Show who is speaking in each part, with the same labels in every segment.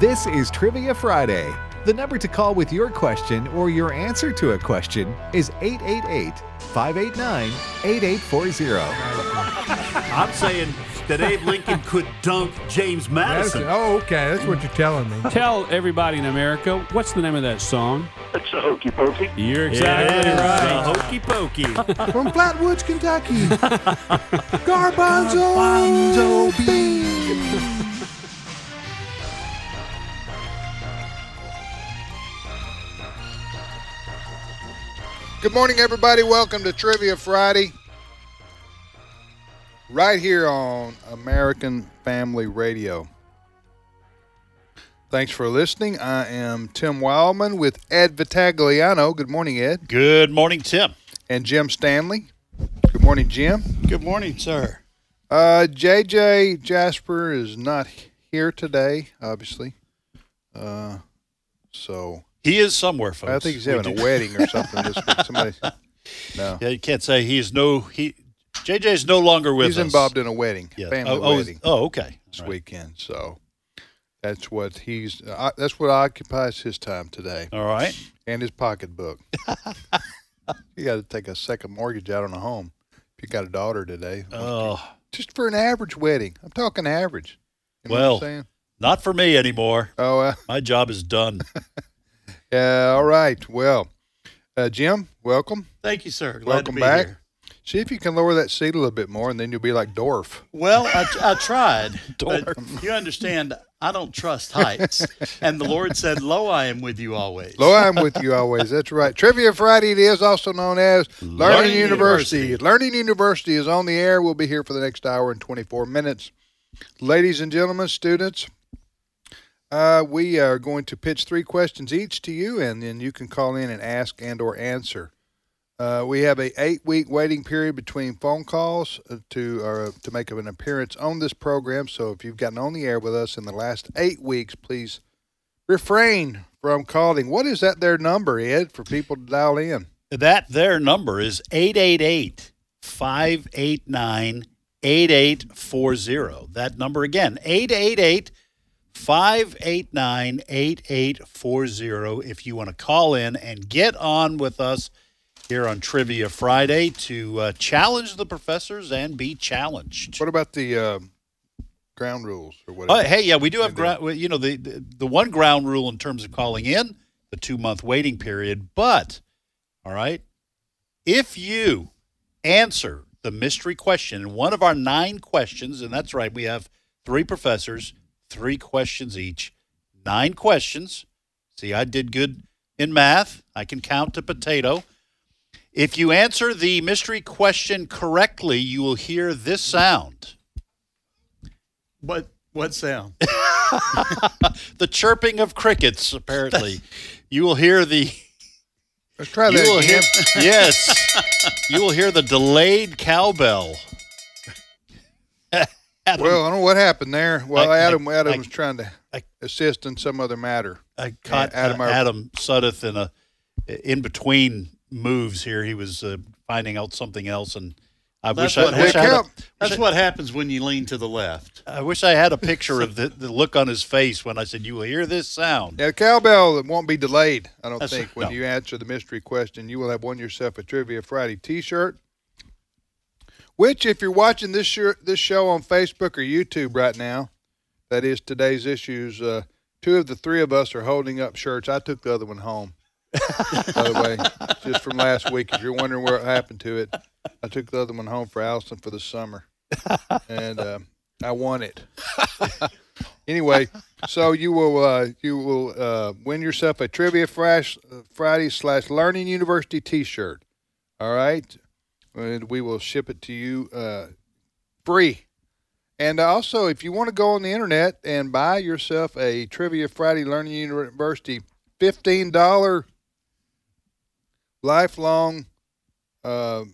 Speaker 1: This is Trivia Friday. The number to call with your question or your answer to a question is 888 589 8840.
Speaker 2: I'm saying that Abe Lincoln could dunk James
Speaker 3: That's,
Speaker 2: Madison.
Speaker 3: oh, okay. That's what you're telling me.
Speaker 4: Tell everybody in America what's the name of that song.
Speaker 5: It's a hokey pokey.
Speaker 4: You're
Speaker 2: It
Speaker 4: exactly
Speaker 2: is
Speaker 4: right.
Speaker 2: a hokey pokey.
Speaker 3: From Flatwoods, Kentucky. Garbanzo, beans.
Speaker 6: Good morning, everybody. Welcome to Trivia Friday. Right here on American Family Radio. Thanks for listening. I am Tim Wildman with Ed Vitagliano. Good morning, Ed.
Speaker 7: Good morning, Tim.
Speaker 6: And Jim Stanley. Good morning, Jim.
Speaker 7: Good morning, sir.
Speaker 6: Uh, JJ Jasper is not here today, obviously. Uh, so
Speaker 7: He is somewhere, folks.
Speaker 6: I think he's
Speaker 7: We
Speaker 6: having
Speaker 7: do-
Speaker 6: a wedding or something this week. Somebody, no,
Speaker 7: Yeah, you can't say he's no. He JJ's no longer with
Speaker 6: he's
Speaker 7: us.
Speaker 6: involved in a wedding,
Speaker 7: Yeah.
Speaker 6: family
Speaker 7: oh, oh,
Speaker 6: wedding.
Speaker 7: Oh, okay.
Speaker 6: this
Speaker 7: All right.
Speaker 6: weekend. So that's what he's uh, that's what occupies his time today
Speaker 7: All right.
Speaker 6: and his pocketbook. you got to take a second mortgage out on a home if you got a daughter today,
Speaker 7: Oh,
Speaker 6: just for an average wedding. I'm talking average. You know
Speaker 7: Well.
Speaker 6: what I'm saying?
Speaker 7: not for me anymore.
Speaker 6: Oh, uh,
Speaker 7: My job is done.
Speaker 6: yeah. All right. Well, uh, Jim, welcome.
Speaker 8: Thank you, sir. Glad to
Speaker 6: welcome
Speaker 8: be
Speaker 6: back.
Speaker 8: here.
Speaker 6: See if you can lower that seat a little bit more, and then you'll be like Dorf.
Speaker 8: Well, I, I tried, but you understand, I don't trust heights. and the Lord said, "Lo, I am with you always."
Speaker 6: Lo, I'm with you always. That's right. Trivia Friday, it is also known as Learning,
Speaker 8: Learning
Speaker 6: University.
Speaker 8: University.
Speaker 6: Learning University is on the air. We'll be here for the next hour and 24 minutes. Ladies and gentlemen, students, uh, we are going to pitch three questions each to you, and then you can call in and ask and or answer. Uh, we have a eight-week waiting period between phone calls uh, to uh, to make an appearance on this program. So if you've gotten on the air with us in the last eight weeks, please refrain from calling. What is that their number, Ed, for people to dial in?
Speaker 7: That their number is 888 589 8840. That number again, 888 589 8840. If you want to call in and get on with us here on Trivia Friday to uh, challenge the professors and be challenged.
Speaker 6: What about the uh, ground rules or
Speaker 7: Oh,
Speaker 6: whatever?
Speaker 7: hey, yeah, we do have
Speaker 6: Maybe.
Speaker 7: ground. well, You know, the, the the one ground rule in terms of calling in the two month waiting period. But all right, if you answer the mystery question in one of our nine questions, and that's right, we have three professors, three questions each, nine questions. See, I did good in math. I can count to potato. If you answer the mystery question correctly, you will hear this sound.
Speaker 8: What what sound?
Speaker 7: the chirping of crickets. Apparently, you will hear the
Speaker 6: Let's try
Speaker 7: you
Speaker 6: that
Speaker 7: will hear,
Speaker 6: again.
Speaker 7: yes, you will hear the delayed cowbell. Adam,
Speaker 6: Well, I don't know what happened there. Well,
Speaker 7: I- I-
Speaker 6: Adam, Adam
Speaker 7: I-
Speaker 6: was trying to
Speaker 7: I-
Speaker 6: assist in some other matter.
Speaker 7: I caught uh,
Speaker 6: Adam,
Speaker 7: Adam,
Speaker 6: our-
Speaker 7: Suddeth in a in between moves here. He was uh, finding out something else, and I
Speaker 8: That's
Speaker 7: wish I,
Speaker 8: what
Speaker 7: wish I had a,
Speaker 6: happened.
Speaker 8: That's what happens when you lean to the left.
Speaker 7: I wish I had a picture of the, the look on his face when I said, "You will hear this sound."
Speaker 6: Yeah, the cowbell that won't be delayed, I don't
Speaker 7: That's
Speaker 6: think,
Speaker 7: right.
Speaker 6: when
Speaker 7: No.
Speaker 6: you answer the mystery question. You will have won yourself a Trivia Friday t shirt. Which, if you're watching this show, this show on Facebook or YouTube right now, that is today's issues. Uh, two of the three of us are holding up shirts. I took the other one home, by the way, just from last week. If you're wondering what happened to it, I took the other one home for Allison for the summer, and uh, I won it. anyway, so you will uh, you will uh, win yourself a Trivia Fresh Friday slash Learning University T-shirt. All right, and we will ship it to you uh, free. And also, if you want to go on the internet and buy yourself a Trivia Friday Learning University fifteen dollar lifelong, uh,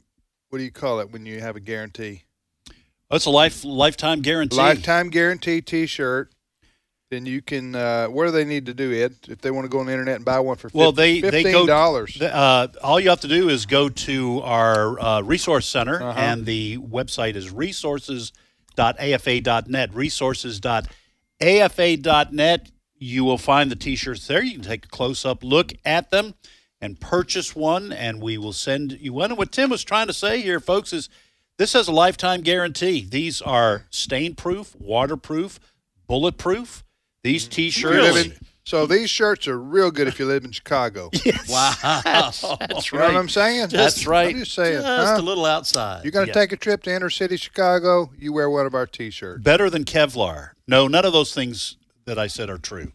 Speaker 6: what do you call it when you have a guarantee?
Speaker 7: That's a life lifetime guarantee.
Speaker 6: Lifetime guarantee T-shirt. Then you can. Uh, what do they need to do, Ed? If they want to go on the internet and buy one for
Speaker 7: Well, they they
Speaker 6: fifteen
Speaker 7: go
Speaker 6: dollars.
Speaker 7: th- Uh, all you have to do is go to our uh, resource center,
Speaker 6: Uh-huh.
Speaker 7: and the website is resources.afa.net. Resources.afa.net. you will find the t-shirts there. You can take a close-up look at them and purchase one, and we will send you one. And what Tim was trying to say here, folks, is this has a lifetime guarantee. These are stain-proof, waterproof, bulletproof. These
Speaker 6: If you
Speaker 7: t-shirts.
Speaker 6: live in- so these shirts are real good if you live in Chicago.
Speaker 8: Wow. That's,
Speaker 6: You know what I'm saying?
Speaker 7: That's right.
Speaker 6: I'm just saying.
Speaker 8: Just
Speaker 6: huh?
Speaker 8: a little
Speaker 7: Uh,
Speaker 8: outside.
Speaker 6: You're going to take a trip to inner city Chicago, you wear one of our t shirts.
Speaker 7: better than Kevlar. No, none of those things that I said are true,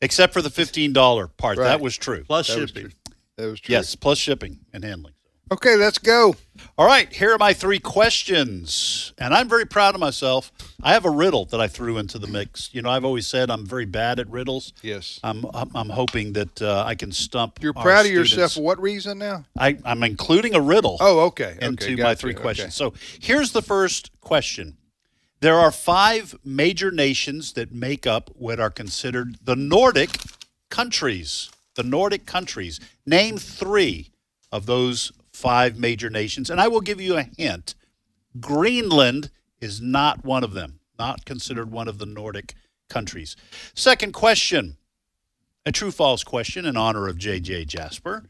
Speaker 7: except for the fifteen dollar part.
Speaker 6: Right.
Speaker 7: That was true.
Speaker 8: Plus
Speaker 6: That was
Speaker 8: shipping.
Speaker 6: true. That was true.
Speaker 7: Yes, plus shipping and handling.
Speaker 6: Okay, let's go.
Speaker 7: All right, here are my three questions, and I'm very proud of myself. I have a riddle that I threw into the mix. You know, I've always said I'm very bad at riddles.
Speaker 6: Yes.
Speaker 7: I'm I'm, I'm hoping that uh, I can stump.
Speaker 6: You're
Speaker 7: our
Speaker 6: proud of yourself for
Speaker 7: students.
Speaker 6: what reason now?
Speaker 7: I, I'm including a riddle.
Speaker 6: Oh, okay.
Speaker 7: into
Speaker 6: okay,
Speaker 7: my
Speaker 6: gotcha,
Speaker 7: three
Speaker 6: okay.
Speaker 7: questions. So here's the first question. There are five major nations that make up what are considered the Nordic countries. The Nordic countries. Name three of those five major nations. And I will give you a hint Greenland is not one of them, not considered one of the Nordic countries. Second question a true false question in honor of J.J. Jasper.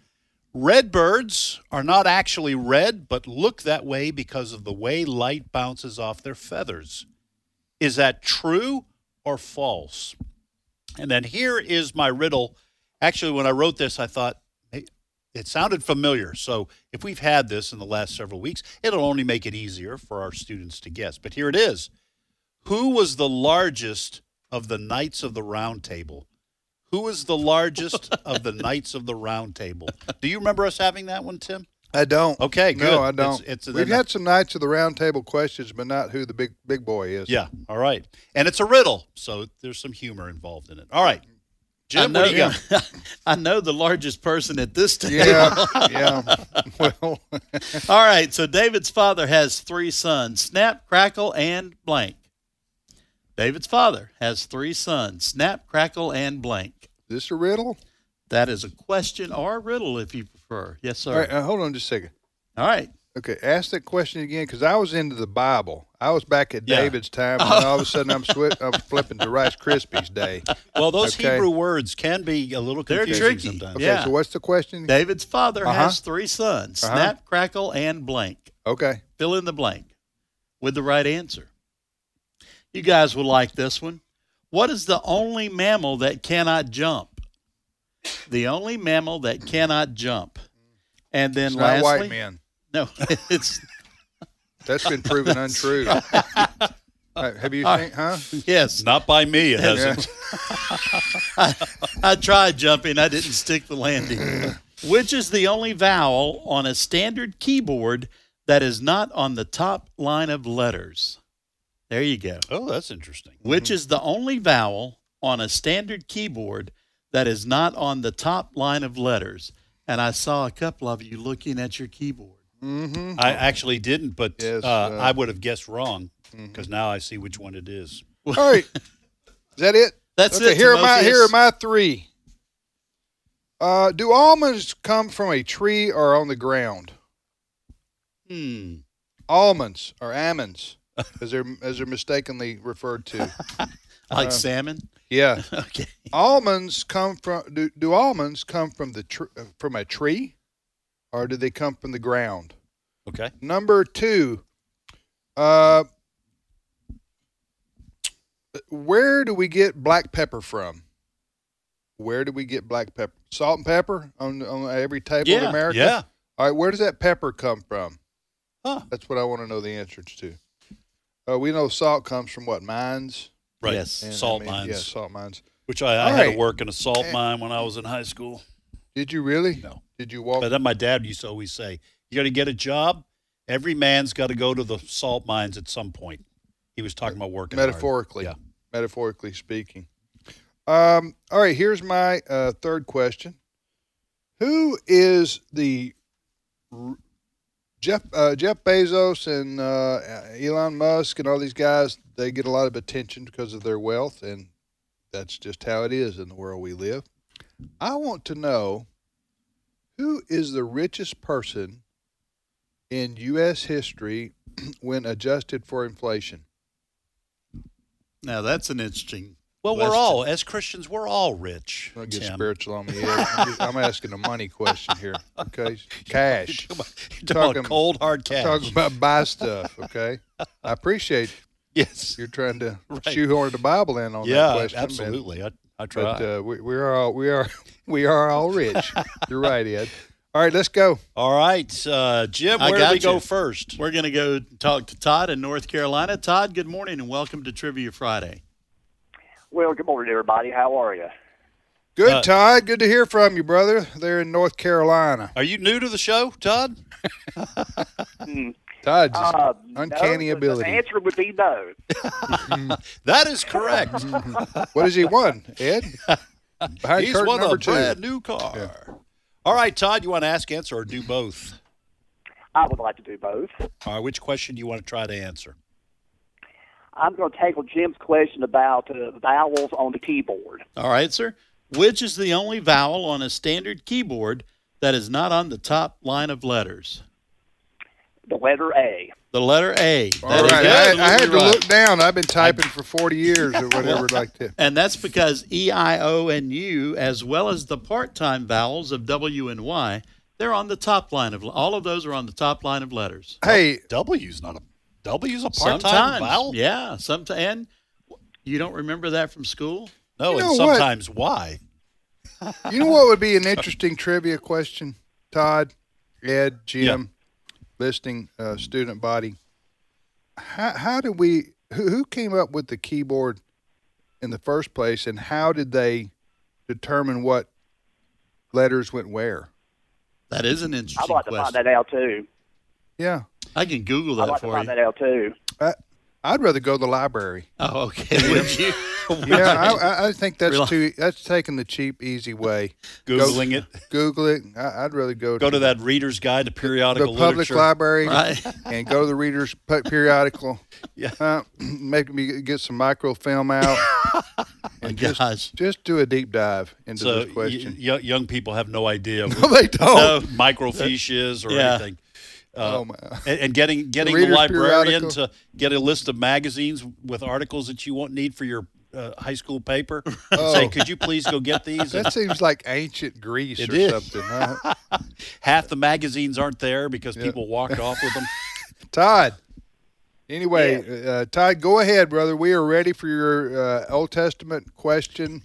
Speaker 7: Redbirds are not actually red, but look that way because of the way light bounces off their feathers. Is that true or false? And then here is my riddle. Actually, when I wrote this, I thought hey, it sounded familiar. So if we've had this in the last several weeks, it'll only make it easier for our students to guess. But here it is Who was the largest of the Knights of the Round Table? Who was the largest of the Knights of the Round Table? Do you remember us having that one, Tim?
Speaker 6: I don't.
Speaker 7: Okay, good.
Speaker 6: No, I don't.
Speaker 7: It's- it's-
Speaker 6: We've had some nights of the round table questions, but not who the big big boy is.
Speaker 7: Yeah. All right. And it's a riddle, so there's some humor involved in it. All right.
Speaker 8: I
Speaker 7: Jim,
Speaker 8: know,
Speaker 7: what do you got?
Speaker 8: I know the largest person at this table.
Speaker 6: Yeah. yeah. Well,
Speaker 8: All right, so David's father has three sons Snap, Crackle, and Blank. David's father has three sons Snap, Crackle, and Blank.
Speaker 6: this a riddle?
Speaker 8: That is a question or a riddle if you prefer. Yes, sir.
Speaker 6: All right, uh, hold on just a second.
Speaker 8: All right.
Speaker 6: Okay, ask that question again because I was into the Bible. I was back at
Speaker 7: Yeah.
Speaker 6: David's time, and all of a sudden I'm, swi I'm flipping to Rice Krispies Day.
Speaker 7: Well, those
Speaker 6: Okay.
Speaker 7: Hebrew words can be a little
Speaker 8: They're
Speaker 7: confusing
Speaker 8: tricky.
Speaker 7: sometimes.
Speaker 6: Okay,
Speaker 8: Yeah.
Speaker 6: so what's the question?
Speaker 8: David's father
Speaker 6: Uh-huh.
Speaker 8: has three sons
Speaker 6: Uh-huh.
Speaker 8: Snap, Crackle, and Blank.
Speaker 6: Okay,
Speaker 8: Fill in the blank with the right answer. You guys will like this one. What is the only mammal that cannot jump? The only mammal that cannot jump. And then
Speaker 6: it's not
Speaker 8: lastly,
Speaker 6: white men.
Speaker 8: No, it's
Speaker 6: That's been proven untrue. Uh, have you seen, huh?
Speaker 8: yes.
Speaker 7: Not by me, it
Speaker 6: Yeah.
Speaker 7: hasn't.
Speaker 8: I tried jumping. I didn't stick the landing. Which is the only vowel on a standard keyboard that is not on the top line of letters? There you go.
Speaker 7: Oh, that's interesting.
Speaker 8: Which is the only vowel on a standard keyboard that is not on the top line of letters? And I saw a couple of you looking at your keyboard.
Speaker 6: Mm-hmm.
Speaker 7: I actually didn't, but
Speaker 6: Yes,
Speaker 7: uh,
Speaker 6: uh, mm-hmm.
Speaker 7: I would have guessed wrong because now I see which one it is.
Speaker 6: All right, is that it?
Speaker 8: That's
Speaker 6: okay,
Speaker 8: it.
Speaker 6: Here are my
Speaker 8: Timotheus.
Speaker 6: here are my three. Uh, do almonds come from a tree or on the ground?
Speaker 8: Hmm.
Speaker 6: Almonds or almonds, as they're as they're mistakenly referred to. Uh,
Speaker 8: Like salmon.
Speaker 6: Yeah.
Speaker 8: Okay.
Speaker 6: almonds come from do, do almonds come from the tr- uh, from a tree or do they come from the ground
Speaker 7: Okay.
Speaker 6: number two uh where do we get black pepper from where do we get black pepper salt and pepper on on every table in
Speaker 8: Yeah,
Speaker 6: america
Speaker 7: Yeah.
Speaker 6: all right where does that pepper come from
Speaker 7: Huh.
Speaker 6: that's what i want to know the answers to uh, we know salt comes from what mines
Speaker 7: Right.
Speaker 8: Yes.
Speaker 6: And, I
Speaker 7: Salt
Speaker 6: mean,
Speaker 7: mines,
Speaker 6: yeah salt mines
Speaker 7: which I, I
Speaker 6: All
Speaker 7: had to
Speaker 6: right.
Speaker 7: work in a salt
Speaker 6: Eh.
Speaker 7: mine when I was in high school.
Speaker 6: did you really
Speaker 7: No.
Speaker 6: did you walk
Speaker 7: But then my dad used to always say, "You got to get a job. Every man's got to go to the salt mines at some point." He was talking about working hard.
Speaker 6: metaphorically
Speaker 7: Yeah.
Speaker 6: metaphorically speaking um, all right here's my uh, third question who is the r- jeff uh, jeff bezos and uh, elon musk and all these guys they get a lot of attention because of their wealth and that's just how it is in the world we live i want to know who is the richest person in u.s history when adjusted for inflation
Speaker 8: Now that's an interesting
Speaker 7: Well, we're
Speaker 6: Blessed.
Speaker 7: all as Christians, we're all rich.
Speaker 6: Don't get
Speaker 7: Tim.
Speaker 6: spiritual on me. Ed. I'm, just- I'm asking a money question here. Okay, cash.
Speaker 7: You're talking
Speaker 6: Talking-
Speaker 7: about cold hard cash.
Speaker 6: Talking about buy stuff. Okay, I appreciate
Speaker 7: yes,
Speaker 6: you're trying to
Speaker 7: Right.
Speaker 6: shoehorn the Bible in on that
Speaker 7: yeah,
Speaker 6: question. but-
Speaker 7: absolutely. I, I try.
Speaker 6: But uh, we, we are all we are we are all rich. You're right, Ed. All right, let's go.
Speaker 7: all right, uh, Jim,
Speaker 8: I
Speaker 7: where do we
Speaker 8: got
Speaker 7: go
Speaker 8: you.
Speaker 7: first?
Speaker 8: We're going to go talk to Todd in North Carolina. Todd, good morning and welcome to Trivia Friday.
Speaker 5: Well, good morning, everybody. How are you?
Speaker 6: Good,
Speaker 7: Uh,
Speaker 6: Todd. Good to hear from you, brother. There in North Carolina.
Speaker 7: Are you new to the show, Todd?
Speaker 6: Todd's
Speaker 5: no,
Speaker 6: uncanny
Speaker 5: the-
Speaker 6: ability.
Speaker 5: The answer would be no.
Speaker 7: That is correct.
Speaker 6: Mm-hmm. what has he won, Ed? Behind
Speaker 7: He's
Speaker 6: curtain
Speaker 7: won a
Speaker 6: number two.
Speaker 7: brand new car. All right, Todd, you want to ask, answer, or do both?
Speaker 5: I would like to do both.
Speaker 7: All right, which question do you want to try to answer?
Speaker 5: I'm going to tackle Jim's question about uh, vowels on the keyboard.
Speaker 8: All right, sir. Which is the only vowel on a standard keyboard that is not on the top line of letters?
Speaker 5: The letter A.
Speaker 8: The letter A.
Speaker 6: All
Speaker 8: That is
Speaker 6: right, I, I had to
Speaker 8: absolutely right.
Speaker 6: look down. I've been typing for 40 years or whatever like that.
Speaker 8: And that's because E, I, O, and U, as well as the part time vowels of W and Y, they're on the top line of all of those are on the top line of letters.
Speaker 6: Hey,
Speaker 7: W's not a W's a part-time vowel.
Speaker 8: yeah. Sometimes, and you don't remember that from school.
Speaker 7: No,
Speaker 6: You
Speaker 7: and
Speaker 6: know what?
Speaker 7: sometimes why?
Speaker 6: you know what would be an interesting trivia question, Todd, Ed, Jim, listening uh, student body? How, how did we, who, who came up with the keyboard in the first place, and how did they determine what letters went where?
Speaker 8: That is an
Speaker 5: I'd
Speaker 8: interesting
Speaker 5: like to find
Speaker 8: question.
Speaker 5: that out too.
Speaker 6: Yeah,
Speaker 8: I can Google
Speaker 5: I'd
Speaker 8: that
Speaker 5: like
Speaker 8: for
Speaker 5: to
Speaker 8: you.
Speaker 5: find that out too.
Speaker 6: I, I'd rather go to the library.
Speaker 8: Oh, okay. Would you?
Speaker 6: Yeah, I, I- I think that's
Speaker 8: Rely-
Speaker 6: too. That's taking the cheap, easy way.
Speaker 7: Googling it.
Speaker 6: Google it. I, I'd rather go to,
Speaker 7: Go to that Reader's Guide to
Speaker 6: the
Speaker 7: Periodical
Speaker 6: public
Speaker 7: Literature.
Speaker 6: library
Speaker 8: right.
Speaker 6: and go to the Reader's Pe- Periodical.
Speaker 7: Yeah.
Speaker 6: uh, make me get some microfilm out. and just,
Speaker 8: Oh, Gosh.
Speaker 6: just do a deep dive into
Speaker 7: So
Speaker 6: this
Speaker 7: y-
Speaker 6: question.
Speaker 7: y- young people have no idea
Speaker 6: no,
Speaker 7: what
Speaker 6: they don't.
Speaker 7: no, microfiche is or
Speaker 8: Yeah.
Speaker 7: anything. Uh,
Speaker 6: oh my.
Speaker 7: And, and getting getting the,
Speaker 6: Reader's
Speaker 7: librarian
Speaker 6: Periodical.
Speaker 7: to get a list of magazines with articles that you won't need for your uh, high school paper. and Say,
Speaker 6: Oh.
Speaker 7: could you please go get these? And
Speaker 6: That seems like ancient Greece
Speaker 7: It
Speaker 6: or
Speaker 7: is.
Speaker 6: something. huh?
Speaker 7: half the magazines aren't there because people walked off with them.
Speaker 6: Todd. Anyway, uh, Todd, go ahead, brother. We are ready for your uh, Old Testament question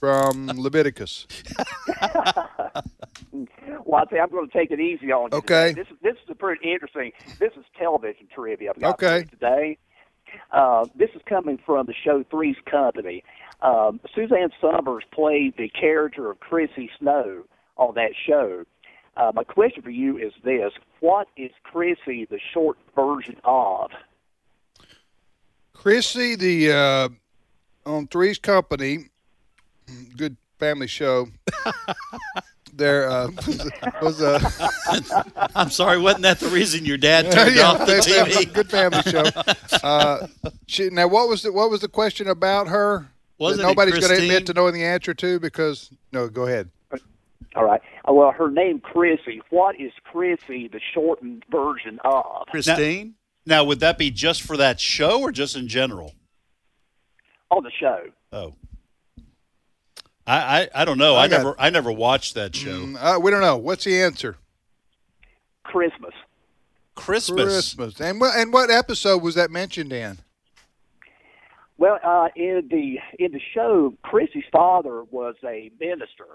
Speaker 6: from Leviticus.
Speaker 5: Well, I say I'm going to take it easy on you.
Speaker 6: Okay.
Speaker 5: today. This is this is a pretty interesting. This is television trivia. I've got for
Speaker 6: Okay.
Speaker 5: you today. Uh, this is coming from the show Three's Company. Um, Suzanne Summers played the character of Chrissy Snow on that show. Uh, my question for you is this: What is Chrissy the short version of?
Speaker 6: Chrissy, the uh, on Three's Company, good family show. there uh, was uh, a
Speaker 8: I'm sorry. Wasn't that the reason your dad turned
Speaker 6: yeah,
Speaker 8: off the
Speaker 6: good fam-
Speaker 8: TV?
Speaker 6: good family show. Uh, she, now, what was the what was the question about her?
Speaker 8: Wasn't
Speaker 6: that
Speaker 8: it
Speaker 6: nobody's gonna
Speaker 8: Christine?
Speaker 6: admit to knowing the answer to because no, go ahead.
Speaker 5: All right. Uh, Well, her name Chrissy. What is Chrissy the shortened version of?
Speaker 8: Christine.
Speaker 7: Now, would that be just for that show or just in general?
Speaker 5: on the show.
Speaker 7: Oh, I I, I don't know. I,
Speaker 6: I got-
Speaker 7: never I never watched that show.
Speaker 6: Mm, Uh, we don't know what's the answer.
Speaker 5: Christmas.
Speaker 7: Christmas.
Speaker 6: Christmas. And what and what episode was that mentioned in?
Speaker 5: Well, uh, in the in the show, Chrissy's father was a minister,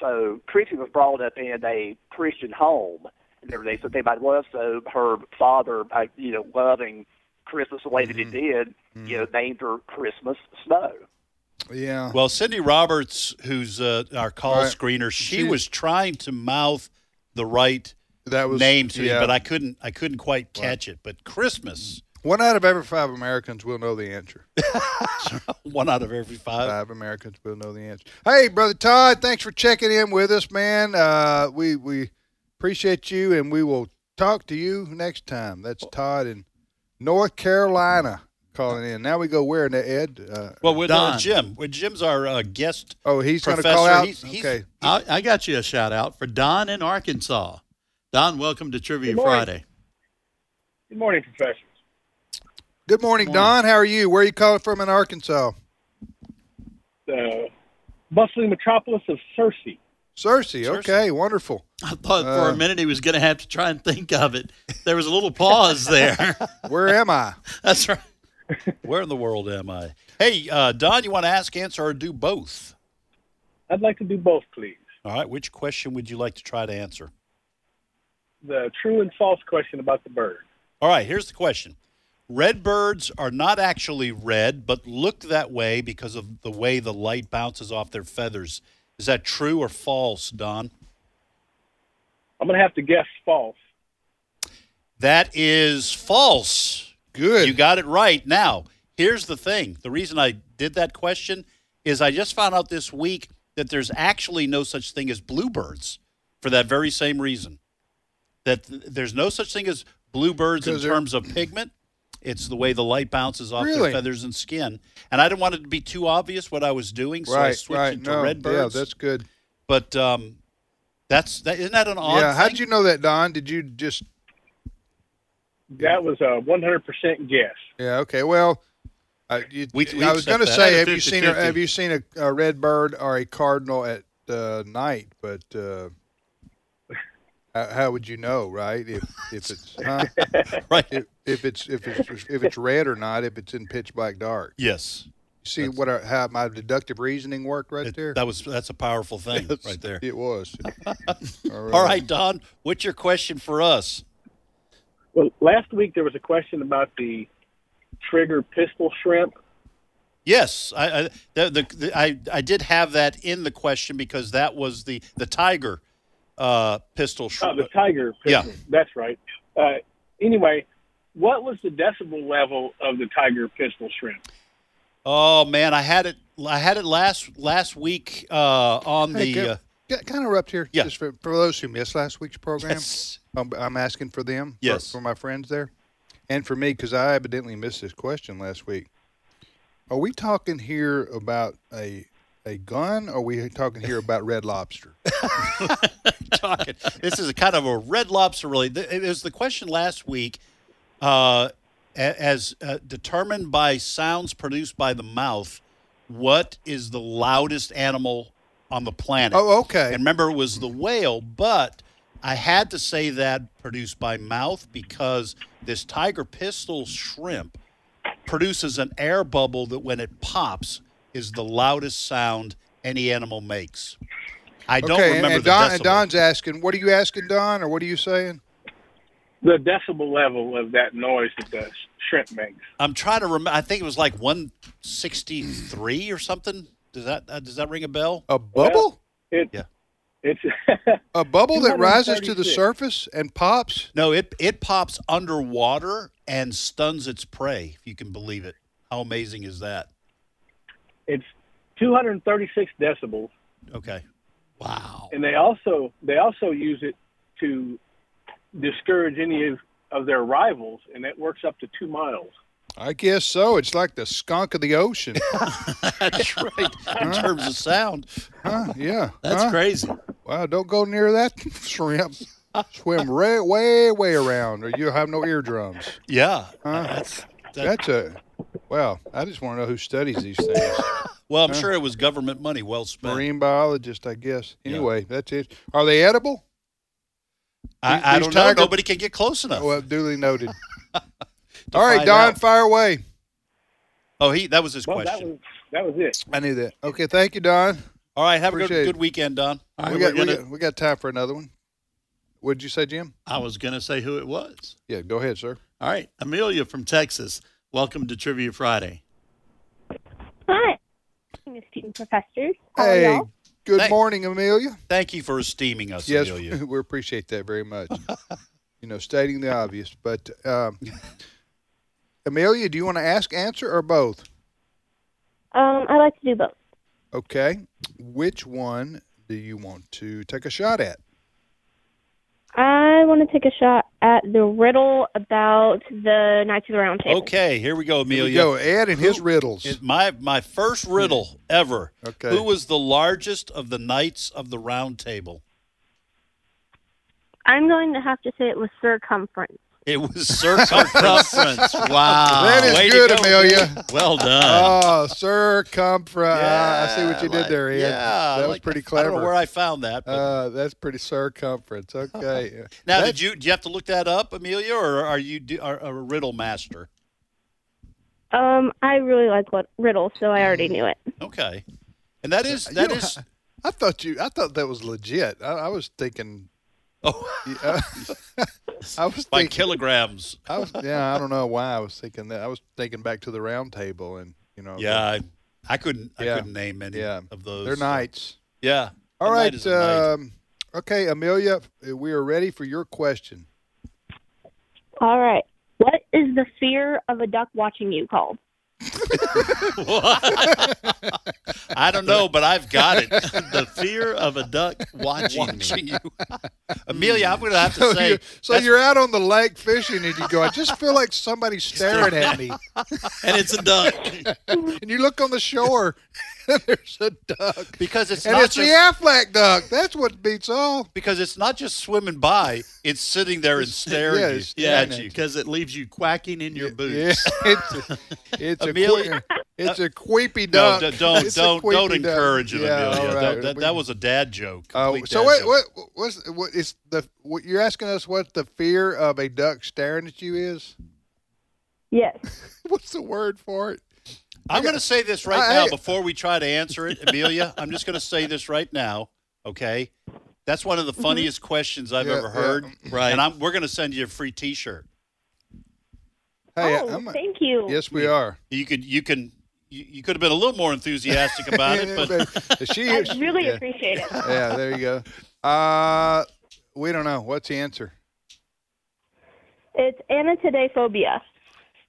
Speaker 5: so Chrissy was brought up in a Christian home and everything. So they might well, so her father, uh, you know, loving Christmas the way that he did, you know, named her Christmas Snow.
Speaker 6: Yeah.
Speaker 7: Well, Cindy Roberts, who's uh, our call
Speaker 6: Right.
Speaker 7: screener, she
Speaker 6: She-
Speaker 7: was trying to mouth the right
Speaker 6: that was
Speaker 7: name to
Speaker 6: yeah.
Speaker 7: me, but I couldn't I couldn't quite catch it. But Christmas,
Speaker 6: One out of every five Americans will know the answer.
Speaker 7: one out of every five.
Speaker 6: Five Americans will know the answer. Hey, brother Todd, thanks for checking in with us, man. Uh, we we appreciate you, and we will talk to you next time. That's Todd in North Carolina calling in. Now we go where, now, Ed? Uh,
Speaker 7: well, with uh,
Speaker 8: Don.
Speaker 7: Jim, with Jim's our uh, guest.
Speaker 6: oh, he's going to
Speaker 7: Professor,
Speaker 6: call out.
Speaker 7: he's- he's-
Speaker 6: okay,
Speaker 8: I, I got you a shout out for Don in Arkansas. Don, welcome to Trivia
Speaker 9: Good morning.
Speaker 8: Friday.
Speaker 9: Good morning, professors.
Speaker 6: good morning,
Speaker 8: morning.
Speaker 6: Don. How are you? Where are you calling from in Arkansas?
Speaker 9: uh, bustling metropolis of Circe.
Speaker 6: Circe, okay, wonderful.
Speaker 8: I thought
Speaker 6: Uh,
Speaker 8: for a minute he was going to have to try and think of it. There was a little pause there.
Speaker 6: Where am I?
Speaker 8: That's right.
Speaker 7: Where in the world am I? Hey, uh, Don, you want to ask, answer, or do both?
Speaker 9: I'd like to do both, please.
Speaker 7: All right. Which question would you like to try to answer?
Speaker 9: The true and false question about the bird.
Speaker 7: All right. Here's the question Red birds are not actually red, but look that way because of the way the light bounces off their feathers. Is that true or false, Don?
Speaker 9: I'm going to have to guess false.
Speaker 7: That is false.
Speaker 6: Good.
Speaker 7: You got it right. Now, here's the thing. The reason I did that question is I just found out this week that there's actually no such thing as bluebirds for that very same reason. That th- there's no such thing as bluebirds in
Speaker 6: Because they're-
Speaker 7: terms of pigment. It's the way the light bounces off
Speaker 6: Really?
Speaker 7: their feathers and skin. And I didn't want it to be too obvious what I was doing, so I
Speaker 6: right,
Speaker 7: switched
Speaker 6: right.
Speaker 7: it to
Speaker 6: No,
Speaker 7: red birds.
Speaker 6: yeah, that's good.
Speaker 7: but um, that's that isn't that an odd
Speaker 6: yeah, how'd
Speaker 7: thing?
Speaker 6: you know that, Don? Did you just?
Speaker 9: That was a 100% guess.
Speaker 6: Yeah, okay. Well, I, Uh, you,
Speaker 7: We- we
Speaker 6: I was
Speaker 7: accept
Speaker 6: going to
Speaker 7: that.
Speaker 6: say,
Speaker 7: Kinda
Speaker 6: have you seen a,
Speaker 7: 50-50.
Speaker 6: have you seen a, a red bird or a cardinal at uh, night? But uh, how, how would you know, right? If if it's huh?
Speaker 7: Right.
Speaker 6: if, if it's if it's if it's red or not? If it's in pitch black dark.
Speaker 7: yes.
Speaker 6: You see what our, how my deductive reasoning worked right
Speaker 7: It-
Speaker 6: there.
Speaker 7: That was that's a powerful thing right there.
Speaker 6: It was.
Speaker 7: All right, Don, what's your question for us?
Speaker 9: Well, last week there was a question about the trigger pistol shrimp.
Speaker 7: Yes, I I, the, the, the, I I did have that in the question because that was the the tiger uh, pistol
Speaker 9: Oh,
Speaker 7: shrimp.
Speaker 9: the tiger
Speaker 7: Yeah.
Speaker 9: pistol. That's right. Uh, anyway, what was the decibel level of the tiger pistol shrimp?
Speaker 7: oh man, I had it I had it last last week uh, on
Speaker 6: Hey,
Speaker 7: the
Speaker 6: go-
Speaker 7: uh,
Speaker 6: Get kind of up here.
Speaker 7: Yeah.
Speaker 6: Just for, for those who missed last week's program,
Speaker 7: yes.
Speaker 6: I'm, I'm asking for them. for-
Speaker 7: Yes.
Speaker 6: For, my friends there, and for me because I evidently missed this question last week. Are we talking here about a a gun? Or are we talking here about Red Lobster?
Speaker 7: talking. This is a kind of a red lobster, really. Th- It was the question last week, uh, a- as uh, determined by sounds produced by the mouth. What is the loudest animal on the planet?
Speaker 6: oh, okay.
Speaker 7: And remember, it was the whale, but I had to say that produced by mouth because this tiger pistol shrimp produces an air bubble that, when it pops, is the loudest sound any animal makes. I don't
Speaker 6: okay. and-
Speaker 7: remember
Speaker 6: and,
Speaker 7: the
Speaker 6: Don,
Speaker 7: decibel.
Speaker 6: and Don's asking, what are you asking, Don, or what are you saying?
Speaker 9: The decibel level of that noise that the shrimp makes.
Speaker 7: I'm trying to remember. I think it was like 163 or something. Does that uh, does that ring a bell?
Speaker 6: A bubble?
Speaker 9: It,
Speaker 7: Yeah.
Speaker 9: It's
Speaker 6: A bubble that rises to the
Speaker 9: 236.
Speaker 6: surface and pops?
Speaker 7: No, it it pops underwater and stuns its prey. If you can believe it, how amazing is that?
Speaker 9: it's 236 decibels,
Speaker 7: Okay, Oh, wow.
Speaker 9: and they also they also use it to discourage any of, of their rivals, and that works up to two miles.
Speaker 6: I guess so. It's like the skunk of the ocean.
Speaker 7: That's right. In terms of sound,
Speaker 6: huh? Yeah.
Speaker 8: That's
Speaker 6: huh?
Speaker 8: crazy.
Speaker 6: Wow, don't go near that shrimp. Swim right, way, way around, or you'll have no eardrums.
Speaker 7: yeah.
Speaker 6: Huh?
Speaker 7: That's, that-
Speaker 6: That's a wow. I just want to know who studies these things.
Speaker 7: well, I'm sure it was government money well spent.
Speaker 6: Marine biologist, I guess.
Speaker 7: Yeah.
Speaker 6: Anyway, that's it. Are they edible? these-
Speaker 7: I, I
Speaker 6: these
Speaker 7: don't know.
Speaker 6: tiger-
Speaker 7: Nobody can get close enough.
Speaker 6: Well, duly noted.
Speaker 7: to
Speaker 6: All right,
Speaker 7: find
Speaker 6: Don,
Speaker 7: out.
Speaker 6: fire away.
Speaker 7: Oh, he. That was his
Speaker 9: Well, that
Speaker 7: question.
Speaker 9: was that was it.
Speaker 6: I knew that. Okay, thank you, Don.
Speaker 7: All right. Have a
Speaker 6: Appreciate
Speaker 7: good,
Speaker 6: it.
Speaker 7: good weekend, Don.
Speaker 8: All right,
Speaker 6: we,
Speaker 8: we're
Speaker 6: got, we,
Speaker 8: gonna,
Speaker 6: got, we got time for another one. What'd you say, Jim?
Speaker 8: I was going to say who it was.
Speaker 6: Yeah, go ahead, sir.
Speaker 8: All right, Amelia from Texas. Welcome to Trivia Friday.
Speaker 10: Hi. I'm a student professor. How are
Speaker 6: Hey,
Speaker 10: y'all?
Speaker 6: good
Speaker 7: Thank-
Speaker 6: morning, Amelia.
Speaker 7: Thank you for esteeming us,
Speaker 6: Yes,
Speaker 7: Amelia.
Speaker 6: we appreciate that very much. you know, stating the obvious, but um, Amelia, do you want to ask, answer, or both?
Speaker 10: Um, I like to do both.
Speaker 6: Okay, which one do you want to take a shot at?
Speaker 10: I want to take a shot at the riddle about the Knights of the Round Table.
Speaker 7: Okay. Here we go,
Speaker 6: Here we
Speaker 7: Amelia.
Speaker 6: go, Ed and his riddles.
Speaker 7: It, my my first riddle ever.
Speaker 6: Okay.
Speaker 7: Who was the largest of the knights of the round table?
Speaker 10: I'm going to have to say it was circumference.
Speaker 7: It was circumference. wow.
Speaker 6: That is
Speaker 7: Way to
Speaker 6: good,
Speaker 7: go,
Speaker 6: Amelia.
Speaker 7: Bill. Well done.
Speaker 6: Oh, circumference. Ah, I see what you
Speaker 7: Yeah,
Speaker 6: did there, Ian.
Speaker 7: like- yeah,
Speaker 6: that was
Speaker 7: like-
Speaker 6: pretty
Speaker 7: I don't know
Speaker 6: clever.
Speaker 7: where I found that. But
Speaker 6: uh, that's pretty circumference. Okay.
Speaker 7: now,
Speaker 6: That-
Speaker 7: did you, did you have to look that up, Amelia, or are you do, are, are a riddle master?
Speaker 10: Um, I really like what riddle, so I already knew it.
Speaker 7: Okay. And that is that
Speaker 6: You
Speaker 7: is.
Speaker 6: know, I thought you. I thought that was legit. I, I was thinking.
Speaker 7: oh,
Speaker 6: I was
Speaker 7: by
Speaker 6: thinking.
Speaker 7: kilograms.
Speaker 6: I was, yeah, I don't know why I was thinking that. I was thinking back to the round table and you know.
Speaker 7: Yeah, I, I couldn't.
Speaker 6: Yeah.
Speaker 7: I couldn't name any
Speaker 6: Yeah.
Speaker 7: of those.
Speaker 6: they're knights.
Speaker 7: Yeah.
Speaker 6: All
Speaker 7: A knight
Speaker 6: right.
Speaker 7: is a knight.
Speaker 6: um, okay, Amelia, uh, we are ready for your question.
Speaker 10: All right. What is the fear of a duck watching you called?
Speaker 7: I don't know, but I've got it.
Speaker 8: the fear of a duck watching, me.
Speaker 7: Watching you, Amelia. I'm going to have to
Speaker 6: So,
Speaker 7: say.
Speaker 6: you're, so
Speaker 7: that's-
Speaker 6: you're out on the lake fishing and you go, I just feel like somebody's staring at me.
Speaker 8: and it's a duck.
Speaker 6: And you look on the shore and there's a duck.
Speaker 7: because it's
Speaker 6: and
Speaker 7: not
Speaker 6: it's
Speaker 7: just
Speaker 6: the Affleck duck. That's what beats all.
Speaker 7: because it's not just swimming by; it's sitting there and staring
Speaker 6: yeah,
Speaker 7: you-
Speaker 6: it's
Speaker 7: yeah,
Speaker 6: staring
Speaker 7: at you.
Speaker 8: because it leaves you quacking in your boots.
Speaker 6: Yeah, it's a, it's a,
Speaker 7: Amelia-
Speaker 6: que- it's a queepy
Speaker 7: No,
Speaker 6: duck.
Speaker 7: d- don't
Speaker 6: It's a
Speaker 7: don't
Speaker 6: queepy
Speaker 7: don't
Speaker 6: duck.
Speaker 7: encourage it,
Speaker 6: Yeah,
Speaker 7: Amelia.
Speaker 6: all
Speaker 7: That-
Speaker 6: right.
Speaker 7: that, that was a dad joke.
Speaker 6: Uh,
Speaker 7: complete
Speaker 6: so
Speaker 7: dad
Speaker 6: wait,
Speaker 7: joke.
Speaker 6: what what's what is the what you're asking us what the fear of a duck staring at you is?
Speaker 10: Yes.
Speaker 6: What's the word for it?
Speaker 7: I'm going to say this right
Speaker 6: I-
Speaker 7: now
Speaker 6: I-
Speaker 7: before we try to answer it, Amelia. I'm just going to say this right now. Okay, that's one of the funniest questions I've
Speaker 6: Mm-hmm. Yeah,
Speaker 7: ever
Speaker 6: yeah. Mm-hmm.
Speaker 7: heard.
Speaker 8: Right.
Speaker 7: And I'm, we're going to send you a free T-shirt.
Speaker 6: Hey,
Speaker 10: oh,
Speaker 6: I'm a-
Speaker 10: thank you.
Speaker 6: yes, we are.
Speaker 7: You could you can you, you could have been a little more enthusiastic about it, but
Speaker 6: she
Speaker 10: I
Speaker 6: is-
Speaker 10: really
Speaker 6: yeah,
Speaker 10: appreciate it.
Speaker 6: yeah, there you go. Uh, we don't know what's the answer.
Speaker 10: It's anatidaphobia.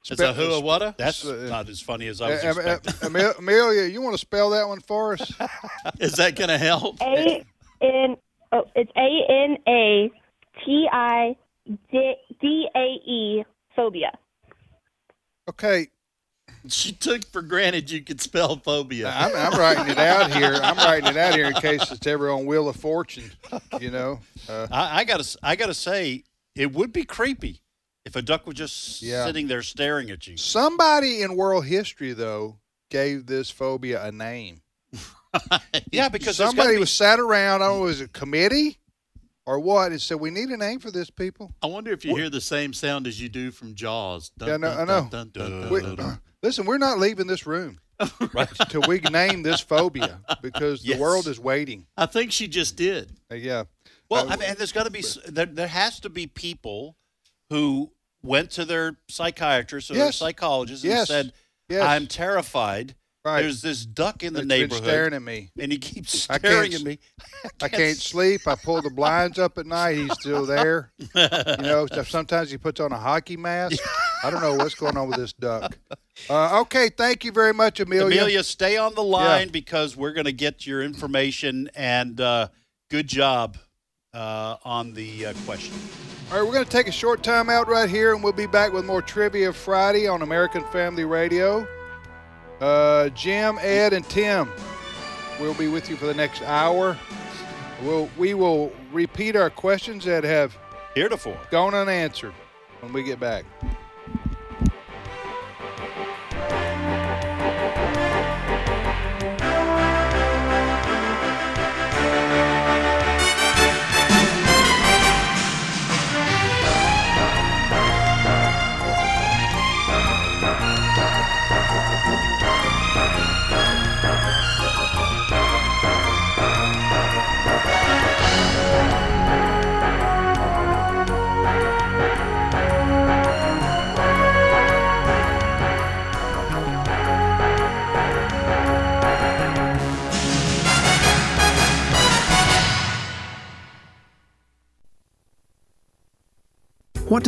Speaker 7: it's a
Speaker 6: Spe-
Speaker 7: hua wada. That's
Speaker 6: uh,
Speaker 7: not as funny as I was
Speaker 6: Am- am-
Speaker 7: expecting.
Speaker 6: Amel- Amelia, you want to spell that one for us?
Speaker 8: Is that going to help?
Speaker 10: A N oh, it's A N A T I D D A E phobia.
Speaker 6: Okay,
Speaker 8: She took for granted you could spell phobia.
Speaker 6: I'm, I'm writing it out here. I'm writing it out here in case it's ever on Wheel of Fortune. You know, uh,
Speaker 7: I, I gotta s- I gotta say it would be creepy if a duck was just
Speaker 6: Yeah.
Speaker 7: sitting there staring at you.
Speaker 6: somebody in world history though gave this phobia a name.
Speaker 7: Yeah, because there's gotta
Speaker 6: somebody
Speaker 7: be-
Speaker 6: was sat around. I don't know, was it a committee or what? And said, "We need a name for this, people."
Speaker 8: I wonder if you hear the same sound as you do from Jaws. Dun,
Speaker 6: Yeah, I know-
Speaker 8: dun,
Speaker 6: I know.
Speaker 8: dun, dun, dun,
Speaker 6: We-
Speaker 8: dun, dun.
Speaker 6: listen, we're not leaving this room
Speaker 7: Right.
Speaker 6: till we name this phobia because
Speaker 7: Yes.
Speaker 6: the world is waiting.
Speaker 8: I think she just did.
Speaker 6: Uh, yeah.
Speaker 7: Well, I mean, and there's got to be s- there, there has to be people who went to their psychiatrist or their
Speaker 6: Yes.
Speaker 7: psychologist and
Speaker 6: Yes.
Speaker 7: said,
Speaker 6: Yes.
Speaker 7: "I'm terrified.
Speaker 6: right.
Speaker 7: There's this duck in the
Speaker 6: It's been
Speaker 7: neighborhood,
Speaker 6: staring at me.
Speaker 7: and he keeps
Speaker 6: I can't
Speaker 7: staring
Speaker 6: s-
Speaker 7: at me.
Speaker 6: I can't sleep. I pull the blinds up at night. He's still there. You know, so- sometimes he puts on a hockey mask. I don't know what's going on with this duck. Uh, okay, thank you very much, Amelia.
Speaker 7: Amelia, stay on the line because we're going to get your information. And uh, good job uh, on the uh, question.
Speaker 6: All right, we're going to take a short time out right here, and we'll be back with more Trivia Friday on American Family Radio. Uh, Jim, Ed, and Tim will be with you for the next hour. We'll, we will repeat our questions that have
Speaker 7: Heretofore.
Speaker 6: gone unanswered when we get back.
Speaker 11: What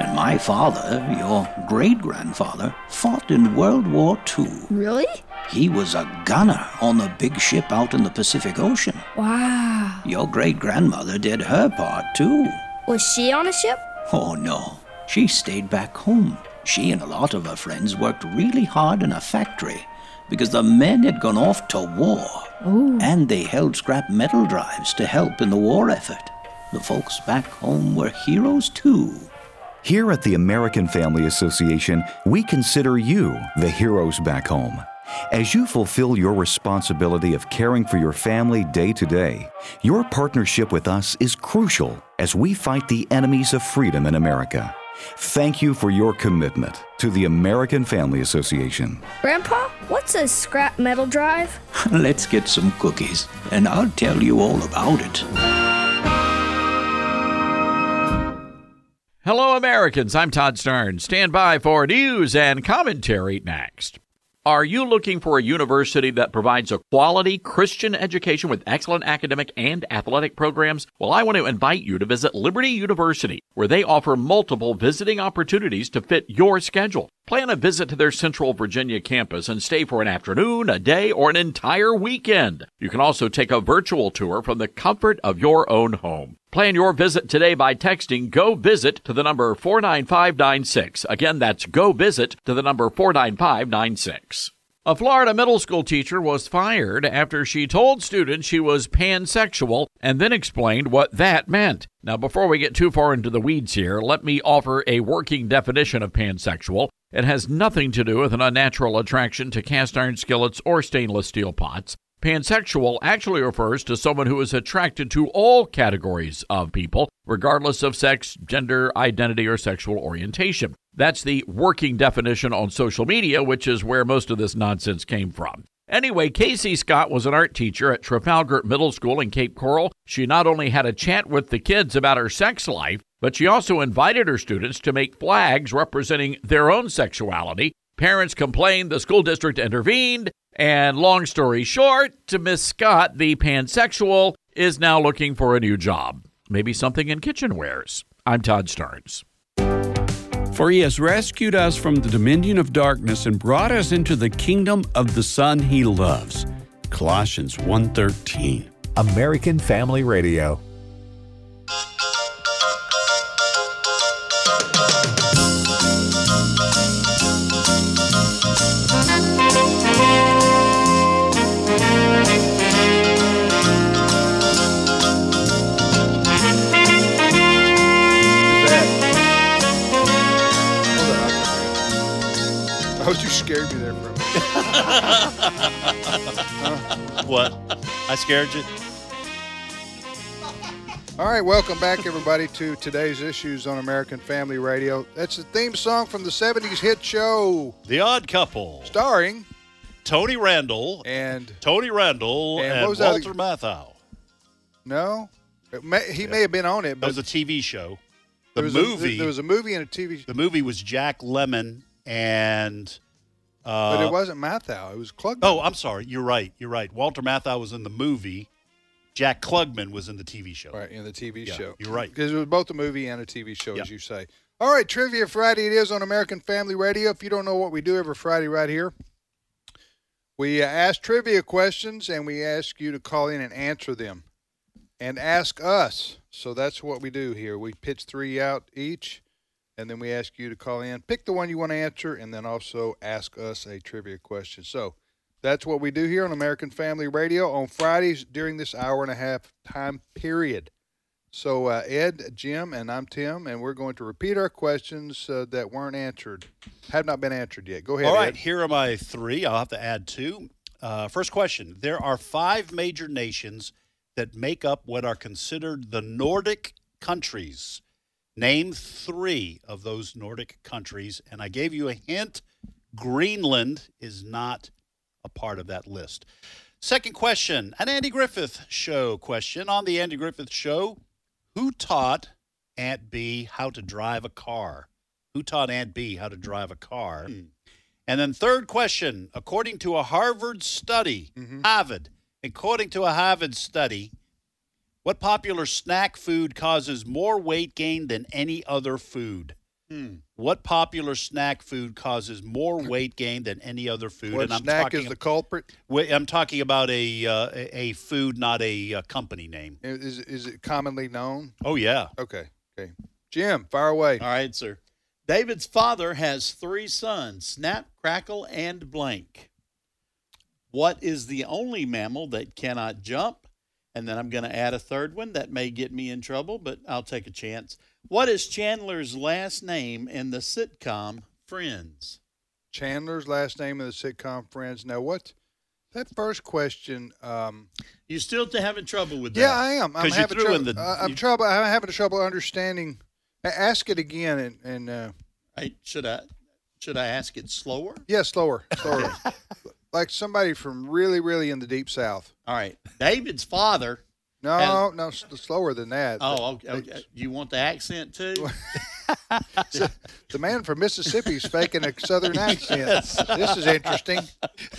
Speaker 12: And my father, your great grandfather, fought in World War II.
Speaker 13: Really?
Speaker 12: He was a gunner on the big ship out in the Pacific Ocean.
Speaker 13: Wow.
Speaker 12: Your great grandmother did her part, too.
Speaker 13: Was she on a ship?
Speaker 12: Oh, no. She stayed back home. She and a lot of her friends worked really hard in a factory because the men had gone off to war. And they held scrap metal drives to help in the war effort. The folks back home were heroes, too.
Speaker 14: Here at the American Family Association, we consider you the heroes back home. As you fulfill your responsibility of caring for your family day to day, your partnership with us is crucial as we fight the enemies of freedom in America. Thank you for your commitment to the American Family Association.
Speaker 13: Grandpa, what's a scrap metal drive?
Speaker 12: Let's get some cookies, and I'll tell you all about it.
Speaker 15: Hello, Americans. I'm Todd Stern. Stand by for news and commentary next. Are you looking for a university that provides a quality Christian education with excellent academic and athletic programs? Well, I want to invite you to visit Liberty University, where they offer multiple visiting opportunities to fit your schedule. Plan a visit to their Central Virginia campus and stay for an afternoon, a day, or an entire weekend. You can also take a virtual tour from the comfort of your own home. Plan your visit today by texting Go Visit to the number 49596. Again, that's Go Visit to the number 49596. A Florida middle school teacher was fired after she told students she was pansexual and then explained what that meant. Now, before we get too far into the weeds here, let me offer a working definition of pansexual. It has nothing to do with an unnatural attraction to cast iron skillets or stainless steel pots. Pansexual actually refers to someone who is attracted to all categories of people, regardless of sex, gender, identity, or sexual orientation. That's the working definition on social media, which is where most of this nonsense came from. Anyway, Casey Scott was an art teacher at Trafalgar Middle School in Cape Coral. She not only had a chat with the kids about her sex life, but she also invited her students to make flags representing their own sexuality. Parents complained, the school district intervened, and long story short, Miss Scott, the pansexual, is now looking for a new job. Maybe something in kitchenwares. I'm Todd Stearns.
Speaker 4: For he has rescued us from the dominion of darkness and brought us into the kingdom of the Son he loves. Colossians 1:13.
Speaker 1: American Family Radio.
Speaker 6: Oh, you scared me there for a minute.
Speaker 7: What? I scared you?
Speaker 6: All right, welcome back, everybody, to today's issues on American Family Radio. That's the theme song from the 70s hit show,
Speaker 7: The Odd Couple.
Speaker 6: starring
Speaker 7: Tony Randall. And Tony Randall
Speaker 6: and
Speaker 7: and,
Speaker 6: what was that-
Speaker 7: Walter Matthau.
Speaker 6: No, It may- he may have been on it,
Speaker 7: That
Speaker 6: but
Speaker 7: was a TV show. The
Speaker 6: There was a-
Speaker 7: movie.
Speaker 6: there was a movie and a TV.
Speaker 7: The movie was Jack Lemon and. Uh,
Speaker 6: but it wasn't Mathau. It was Klugman.
Speaker 7: Oh, I'm sorry. You're right. You're right. Walter Matthau was in the movie. Jack Klugman was in the TV show.
Speaker 6: Right in the TV
Speaker 7: Yeah,
Speaker 6: show.
Speaker 7: You're right.
Speaker 6: Because it was both a movie and a TV show, as you say. All right, Trivia Friday it is on American Family Radio. If you don't know what we do every Friday right here, we uh, ask trivia questions and we ask you to call in and answer them and ask us. So that's what we do here. We pitch three out each and then we ask you to call in, pick the one you want to answer, and then also ask us a trivia question. So that's what we do here on American Family Radio on Fridays during this hour and a half time period. So, uh, Ed, Jim, and I'm Tim, and we're going to repeat our questions uh, that weren't answered, have not been answered yet. Go ahead.
Speaker 7: All right,
Speaker 6: Ed.
Speaker 7: here are my three. I'll have to add two. Uh, first question There are five major nations that make up what are considered the Nordic countries. Name three of those Nordic countries. And I gave you a hint Greenland is not a part of that list. Second question An Andy Griffith Show question. On the Andy Griffith Show, who taught Aunt B how to drive a car? Who taught Aunt B how to drive a car?
Speaker 6: Hmm.
Speaker 7: And then, third question according to a Harvard study,
Speaker 6: Mm-hmm.
Speaker 7: Harvard, according to a Harvard study, what popular snack food causes more weight gain than any other food?
Speaker 6: Hmm.
Speaker 7: What popular snack food causes more weight gain than any other food?
Speaker 6: What snack is the culprit?
Speaker 7: I'm talking about a uh, a a food, not a uh, company name.
Speaker 6: Is is it commonly known?
Speaker 7: Oh yeah.
Speaker 6: Okay. Okay. Jim, fire away.
Speaker 7: All right, sir.
Speaker 8: David's father has three sons Snap, Crackle, and Blank. What is the only mammal that cannot jump? And then I'm going to add a third one that may get me in trouble, but I'll take a chance. What is Chandler's last name in the sitcom Friends?
Speaker 6: Chandler's last name of the sitcom Friends. Now, what? That first question. Um,
Speaker 8: you still having trouble with that?
Speaker 6: Yeah, I am. I'm
Speaker 8: Because you
Speaker 6: having
Speaker 8: threw
Speaker 6: trou-
Speaker 8: in the.
Speaker 6: uh, I'm
Speaker 8: you-
Speaker 6: trouble. I'm having trouble understanding. A- Ask it again, and, and uh,
Speaker 8: I, should I should I ask it slower?
Speaker 6: yeah, slower, slower. like somebody from really, really in the deep south.
Speaker 8: All right, David's father.
Speaker 6: No,
Speaker 8: has-
Speaker 6: no, s- slower than that.
Speaker 8: Oh, okay, okay. You want the accent too?
Speaker 6: The man from Mississippi's faking a southern accent.
Speaker 8: Yes.
Speaker 6: This is interesting.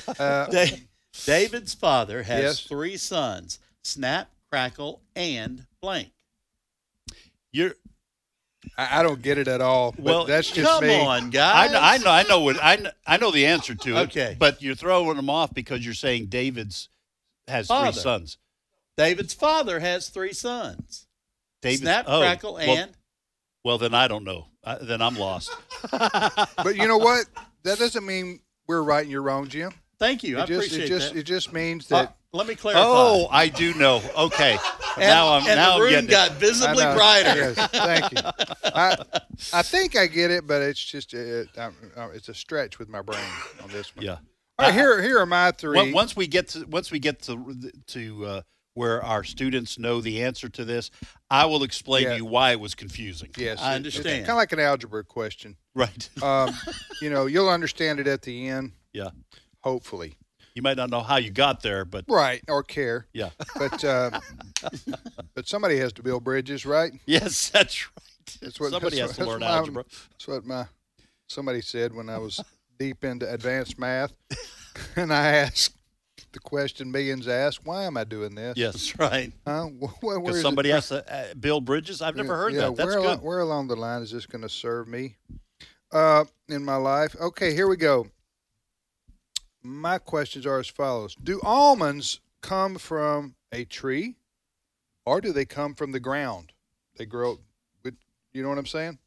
Speaker 6: Uh,
Speaker 8: Da- David's father has
Speaker 6: Yes.
Speaker 8: three sons: Snap, Crackle, and Blank.
Speaker 7: You're
Speaker 6: I, I don't get it at all. but
Speaker 7: Well,
Speaker 6: that's just
Speaker 8: come
Speaker 6: me.
Speaker 8: on,
Speaker 7: I
Speaker 8: guys.
Speaker 7: know, I know, I know what I know, I know the answer to it.
Speaker 8: Okay.
Speaker 7: but you're throwing them off because you're saying David's has
Speaker 8: Father.
Speaker 7: three sons.
Speaker 8: David's father has three sons:
Speaker 7: David's,
Speaker 8: Snap,
Speaker 7: oh,
Speaker 8: Crackle,
Speaker 7: well-
Speaker 8: and
Speaker 7: Well, then I don't know. I, then I'm lost.
Speaker 6: But you know what? That doesn't mean we're right and you're wrong, Jim.
Speaker 8: Thank you.
Speaker 6: It
Speaker 8: I
Speaker 6: just,
Speaker 8: appreciate
Speaker 6: it just,
Speaker 8: that.
Speaker 6: It just means
Speaker 8: Uh,
Speaker 6: that.
Speaker 8: let me clarify.
Speaker 7: oh, I do know. Okay,
Speaker 8: And-
Speaker 7: now I'm
Speaker 8: and the
Speaker 7: now I'm
Speaker 8: room
Speaker 7: getting it.
Speaker 8: got visibly
Speaker 6: I know.
Speaker 8: brighter.
Speaker 6: Yes, thank you. I, I think I get it, but it's just uh I'm, uh, it's a stretch with my brain on this one.
Speaker 7: Yeah.
Speaker 6: All right, here here are my three.
Speaker 7: Once- Once we get to once we get to to uh, where our students know the answer to this, I will explain
Speaker 6: Yeah.
Speaker 7: to you why it was confusing.
Speaker 6: yes,
Speaker 8: I
Speaker 6: It's
Speaker 8: understand.
Speaker 6: kind of like an algebra question.
Speaker 7: Right.
Speaker 6: Um, you know, you'll understand it at the end,
Speaker 7: Yeah.
Speaker 6: hopefully.
Speaker 7: You might not know how you got there, but
Speaker 6: Right or care,
Speaker 7: yeah.
Speaker 6: but uh, but somebody has to build bridges, right?
Speaker 7: Yes, that's right.
Speaker 6: That's what
Speaker 7: Somebody
Speaker 6: that's
Speaker 7: has
Speaker 6: what-
Speaker 7: to learn
Speaker 6: that's what my-
Speaker 7: algebra.
Speaker 6: That's what my somebody said when I was deep into advanced math, and I asked the question millions asked, "Why am I doing this?"
Speaker 7: Yes, that's right.
Speaker 6: Huh? Wh- where- where is
Speaker 7: Because
Speaker 6: it-
Speaker 7: somebody has to uh, build bridges. I've never
Speaker 6: yeah,
Speaker 7: heard
Speaker 6: yeah,
Speaker 7: that. That's
Speaker 6: where alo-
Speaker 7: good.
Speaker 6: where along the line is this going to serve me uh, in my life? Okay, here we go. My questions are as follows: Do almonds come from a tree, or do they come from the ground? They grow. with- You know what I'm saying?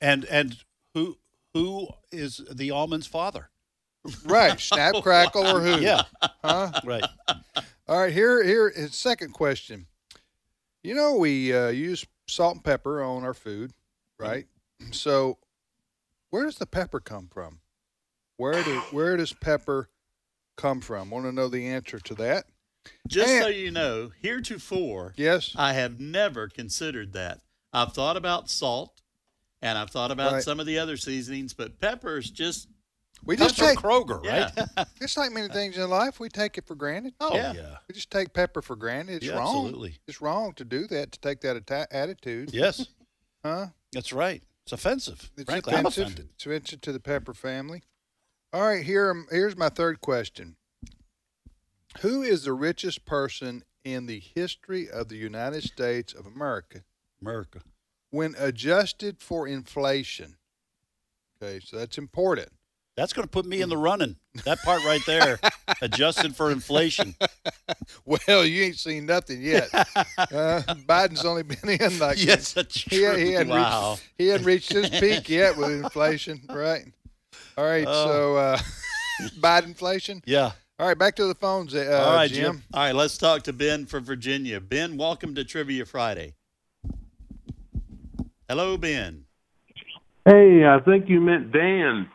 Speaker 7: And and who who is the almond's father?
Speaker 6: Right. Snap, crackle, or who?
Speaker 7: Yeah.
Speaker 6: Huh?
Speaker 7: Right.
Speaker 6: All right, here here is second question. You know we uh, use salt and pepper on our food,
Speaker 7: Mm-hmm.
Speaker 6: right? So where does the pepper come from? Where do where does pepper come from? Want to know the answer to that?
Speaker 8: Just so
Speaker 6: And-
Speaker 8: you know, heretofore,
Speaker 6: Yes.
Speaker 8: I have never considered that. I've thought about salt, and I've thought about
Speaker 6: Right.
Speaker 8: some of the other seasonings, but peppers just
Speaker 6: We
Speaker 7: That's
Speaker 6: just
Speaker 7: from
Speaker 6: take
Speaker 7: Kroger,
Speaker 8: yeah.
Speaker 7: right?
Speaker 6: it's like many things in life, we take it for granted.
Speaker 7: Oh
Speaker 8: Yeah.
Speaker 7: yeah.
Speaker 6: We just take pepper for granted. It's
Speaker 7: Yeah,
Speaker 6: wrong.
Speaker 7: absolutely.
Speaker 6: It's wrong to do that, to take that atti- attitude.
Speaker 7: Yes,
Speaker 6: Huh?
Speaker 7: that's right. It's offensive.
Speaker 6: It's
Speaker 7: Frankly, I'm
Speaker 6: offensive.
Speaker 7: offended.
Speaker 6: It's offensive to the Pepper family. All right, here am- here's my third question. Who is the richest person in the history of the United States of America
Speaker 7: America.
Speaker 6: when adjusted for inflation? Okay, so that's important.
Speaker 7: That's going to put me in the running. That part right there, adjusted for inflation.
Speaker 6: Well, you ain't seen nothing yet. Uh, Biden's only been in like
Speaker 7: yes, that's true.
Speaker 6: he, he hadn't
Speaker 7: wow.
Speaker 6: reached he hadn't reached his peak yet with inflation, right? All right, so uh, Biden inflation.
Speaker 7: Oh. Yeah.
Speaker 6: All right, back to the phones, uh,
Speaker 8: All right,
Speaker 6: Jim.
Speaker 8: Jim. All right, let's talk to Ben from Virginia. Ben, welcome to Trivia Friday. Hello, Ben.
Speaker 9: Hey, I think you meant Dan.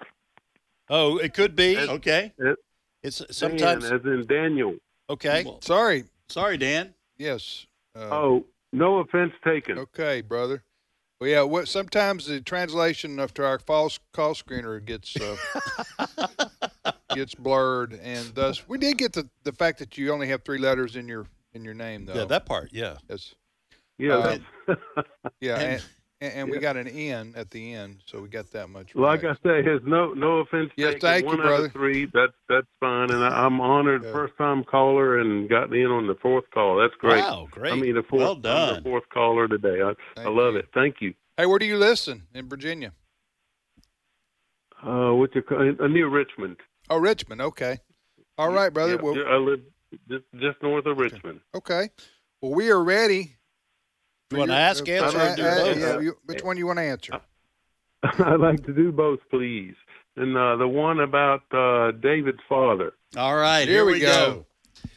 Speaker 7: Oh, it could be.
Speaker 8: Okay.
Speaker 7: It's sometimes
Speaker 9: Dan, as in Daniel.
Speaker 7: okay.
Speaker 8: Well,
Speaker 6: Sorry.
Speaker 8: sorry, Dan.
Speaker 6: Yes. Uh,
Speaker 9: Oh, no offense taken.
Speaker 6: Okay, brother. Well, yeah. What sometimes the translation of to our false call screener gets uh, gets blurred, and thus we did get the the fact that you only have three letters in your in your name though.
Speaker 7: Yeah, that part. Yeah.
Speaker 6: Yes. Uh,
Speaker 9: Yeah.
Speaker 6: Yeah, and
Speaker 8: And-
Speaker 6: and, and we got an N at the end, so we got that much.
Speaker 9: like
Speaker 6: right.
Speaker 9: I say, has no no offense
Speaker 6: Yes,
Speaker 9: taken.
Speaker 6: thank you,
Speaker 9: One Out
Speaker 6: brother.
Speaker 9: of three, that's that's fine, and I, I'm honored.
Speaker 6: Yeah.
Speaker 9: First time caller and got in on the fourth call. That's great.
Speaker 7: Wow, great.
Speaker 9: I mean, the fourth,
Speaker 7: Well
Speaker 9: I'm the
Speaker 7: done.
Speaker 9: fourth caller today. I, I
Speaker 6: Thank
Speaker 9: love
Speaker 6: you.
Speaker 9: it. Thank you.
Speaker 6: Hey, where do you listen in Virginia?
Speaker 16: Uh, what's it called? Uh, near Richmond.
Speaker 6: Oh, Richmond. Okay. All right, brother.
Speaker 16: Yeah,
Speaker 6: well,
Speaker 16: ju- I live just, just north of Richmond.
Speaker 6: okay. Well, we are ready.
Speaker 16: You wanna
Speaker 6: for your-
Speaker 16: ask, answer, or do both?
Speaker 6: yeah, you- which one you want to answer?
Speaker 16: I'd like to do both, please. And uh, the one about uh, David's father.
Speaker 8: All right, here,
Speaker 16: Here we
Speaker 8: we
Speaker 16: go.
Speaker 8: go.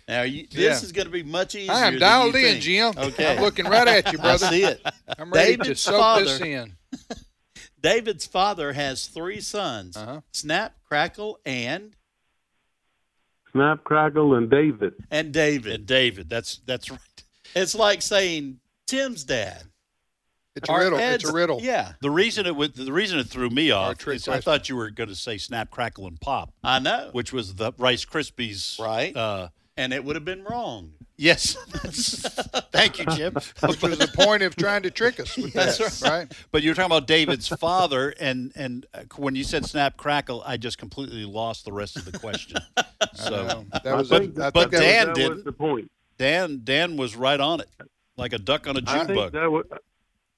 Speaker 8: Now you, this
Speaker 16: Yeah.
Speaker 8: is going to be much easier.
Speaker 6: I am
Speaker 8: than
Speaker 6: dialed
Speaker 8: you
Speaker 6: in,
Speaker 8: think.
Speaker 6: Jim.
Speaker 8: Okay,
Speaker 6: I'm looking right at you, brother.
Speaker 8: I see it.
Speaker 6: I'm ready to
Speaker 8: David's
Speaker 6: soak this
Speaker 8: father-
Speaker 6: in.
Speaker 8: David's father has three sons:
Speaker 6: Uh-huh.
Speaker 8: Snap, Crackle, and
Speaker 16: Snap, Crackle, and David.
Speaker 8: and David. And David. That's that's right. It's like saying Tim's dad.
Speaker 6: It's
Speaker 7: a riddle. It's a riddle.
Speaker 8: Yeah.
Speaker 7: The reason it was, the reason it threw me off is I thought you were going to say snap crackle and pop.
Speaker 8: I know.
Speaker 7: which was the Rice Krispies. Right. Uh,
Speaker 8: And it would have been wrong.
Speaker 7: yes. Thank you, Jim.
Speaker 6: Which was the point of trying to trick us with
Speaker 7: That's
Speaker 6: this,
Speaker 7: right.
Speaker 6: right?
Speaker 7: But you were talking about David's father, and and uh, when you said snap crackle, I just completely lost the rest of the question. So
Speaker 6: That was-
Speaker 7: but,
Speaker 6: I think that
Speaker 7: but
Speaker 6: was-
Speaker 7: Dan
Speaker 6: that was
Speaker 7: didn't.
Speaker 16: the point.
Speaker 7: Dan Dan was right on it, like a duck on a
Speaker 16: I
Speaker 7: June
Speaker 16: think
Speaker 7: bug.
Speaker 16: that was.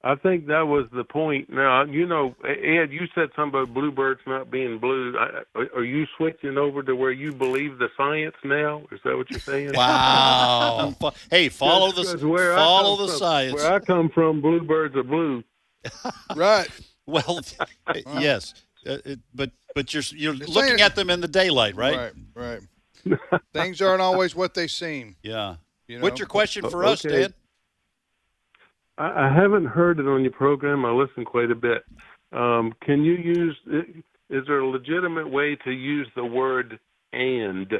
Speaker 16: I think that was the point. Now, you know, Ed, you said something about bluebirds not being blue. I, are- are you switching over to where you believe the science now? Is that what you're saying?
Speaker 7: Wow. Fo- hey, follow the-
Speaker 16: Because where I
Speaker 7: follow
Speaker 16: come
Speaker 7: the
Speaker 16: from-
Speaker 7: science.
Speaker 16: Where I come from, bluebirds are blue.
Speaker 6: right.
Speaker 7: Well, yes, Uh, it- but but you're you're
Speaker 6: It's
Speaker 7: looking
Speaker 6: saying-
Speaker 7: at them in the daylight, right?
Speaker 6: Right, right. Things aren't always what they seem.
Speaker 7: Yeah.
Speaker 6: You know?
Speaker 7: What's your question for us,
Speaker 16: Okay.
Speaker 7: Dan?
Speaker 16: I, I haven't heard it on your program. I listen quite a bit. Um, can you use? Is there a legitimate way to use the word and,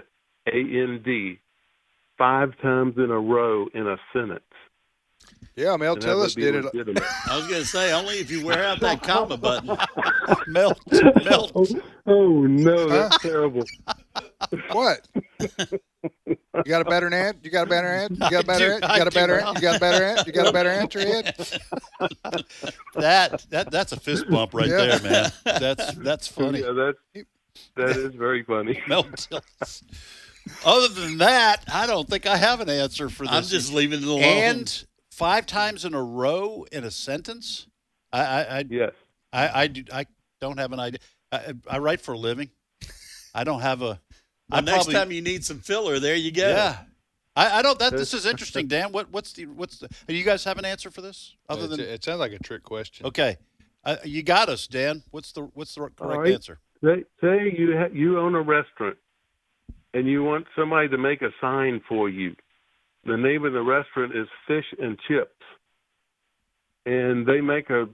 Speaker 16: a n d, five times in a row in a sentence?
Speaker 6: Yeah, Mel
Speaker 16: And that would
Speaker 6: Tillis
Speaker 16: be
Speaker 6: did it.
Speaker 16: legitimate.
Speaker 8: I was going to say only if you wear out that comma button.
Speaker 7: Mel,
Speaker 8: melt.
Speaker 16: Oh, oh, no, that's terrible.
Speaker 6: What? You got a better ad? You got a better ad? You got a better
Speaker 7: I
Speaker 6: ad?
Speaker 7: do,
Speaker 6: You got a better
Speaker 7: I
Speaker 6: ad? You
Speaker 7: do.
Speaker 6: got a better ad? You got a better answer, Ed?
Speaker 7: That that that's a fist bump right
Speaker 6: Yeah.
Speaker 7: there, man. That's that's funny.
Speaker 16: Yeah, that's that is very funny.
Speaker 7: Mel Tillis. Other than that, I don't think I have an answer for this.
Speaker 8: I'm just leaving it alone.
Speaker 7: And five times in a row in a sentence. I I, I
Speaker 16: yes.
Speaker 7: I I, do, I don't have an idea. I, I write for a living. I don't have a.
Speaker 8: Well,
Speaker 7: I
Speaker 8: next
Speaker 7: probably-
Speaker 8: time you need some filler, there you go.
Speaker 7: Yeah. I, I don't. That this is interesting, Dan. What what's the what's the? Do you guys have an answer for this? Other
Speaker 6: It's-
Speaker 7: than
Speaker 6: it sounds like a trick question.
Speaker 7: okay, uh, you got us, Dan. What's the what's the correct
Speaker 16: All right.
Speaker 7: answer?
Speaker 16: Say, say you ha- you own a restaurant, and you want somebody to make a sign for you. The name of the restaurant is Fish and Chips, and they make a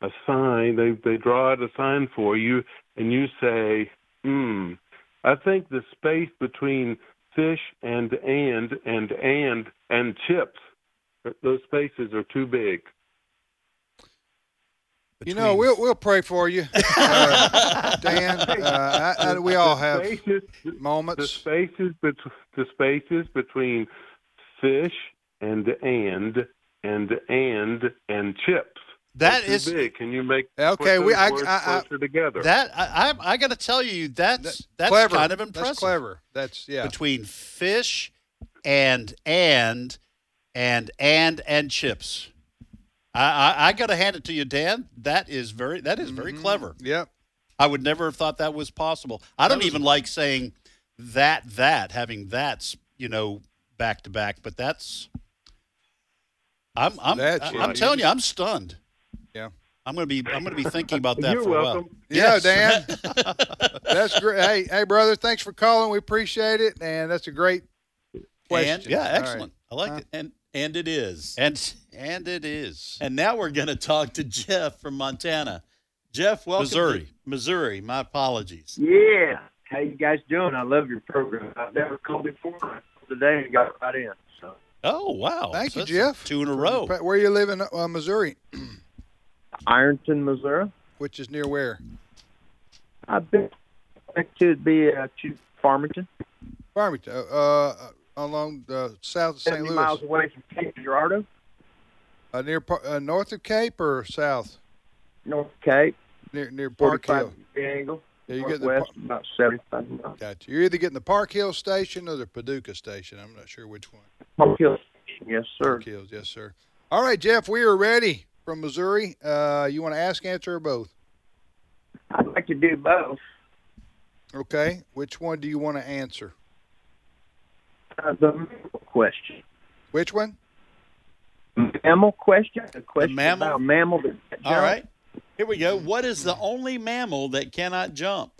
Speaker 16: a sign. They they draw out a sign for you, and you say, "Hmm, I think the space between fish and and and and and chips, th- those spaces are too big."
Speaker 6: You know, we'll we'll pray for you, uh, Dan. Uh, I, I, we all have moments.
Speaker 16: the spaces bet- the spaces between fish and and and and and chips. They're
Speaker 7: That
Speaker 16: too
Speaker 7: is-
Speaker 16: big. Can you make
Speaker 6: Okay,
Speaker 16: put
Speaker 6: we-
Speaker 16: those
Speaker 6: I-
Speaker 16: words
Speaker 6: I- I-
Speaker 16: closer together?
Speaker 7: That I I, I got to tell you that's that's
Speaker 6: clever.
Speaker 7: kind of
Speaker 6: That's
Speaker 7: impressive.
Speaker 6: clever. That's yeah.
Speaker 7: Between fish and and and and and chips. I, I, I got to hand it to you, Dan. That is very that is very clever.
Speaker 6: Mm-hmm. Yep.
Speaker 7: I would never have thought that was possible. I don't
Speaker 8: That was-
Speaker 7: even like saying that that having that's you know back to back, but that's I'm I'm
Speaker 6: That's
Speaker 7: I- I'm
Speaker 6: right.
Speaker 7: telling you I'm stunned.
Speaker 6: Yeah.
Speaker 7: I'm gonna be I'm gonna be thinking about that
Speaker 16: You're
Speaker 7: for a while.
Speaker 16: welcome.
Speaker 6: Yeah,
Speaker 7: Yes.
Speaker 6: Dan. that's great. Hey, hey, brother. Thanks for calling. We appreciate it, and that's a great question.
Speaker 8: And, yeah,
Speaker 6: All right.
Speaker 8: excellent. I like it. And and it is.
Speaker 7: And and it is.
Speaker 8: And now we're going to talk to Jeff from Montana. Jeff, welcome. to-
Speaker 7: Missouri.
Speaker 8: Missouri. My apologies.
Speaker 17: Yeah. How you guys doing? I love your program. I've never called before. I called Today and got right in. So
Speaker 7: Oh wow!
Speaker 6: Thank
Speaker 7: So
Speaker 6: you,
Speaker 7: that's
Speaker 6: Jeff.
Speaker 7: Two in a row.
Speaker 6: Where you live in uh, Missouri,
Speaker 17: Ironton, Missouri.
Speaker 6: which is near where?
Speaker 17: I've been expected to be uh, to Farmington,
Speaker 6: Farmington, uh, uh, along the south of St.
Speaker 17: seventy
Speaker 6: Louis.
Speaker 17: miles away from Cape Girardeau,
Speaker 6: Uh, near Par- uh, north of Cape or south?
Speaker 17: North Cape.
Speaker 6: Near near Park Hill.
Speaker 17: Triangle.
Speaker 6: Yeah, you get the
Speaker 17: Northwest, about seventy-five miles.
Speaker 6: Gotcha. You're either getting the Park Hill station or the Paducah station. I'm not sure which one.
Speaker 17: Park Hill. Yes, sir.
Speaker 6: Park Hills, yes, sir. All right, Jeff, we are ready from Missouri. Uh, you want to ask, answer, or both?
Speaker 17: I'd like to do both.
Speaker 6: Okay, which one do you want to answer?
Speaker 17: Uh, the question.
Speaker 6: Which one?
Speaker 17: Mammal question. A question mammal? about mammal. That can't
Speaker 7: All
Speaker 17: jump?
Speaker 7: right. Here we go. What is the only mammal that cannot jump?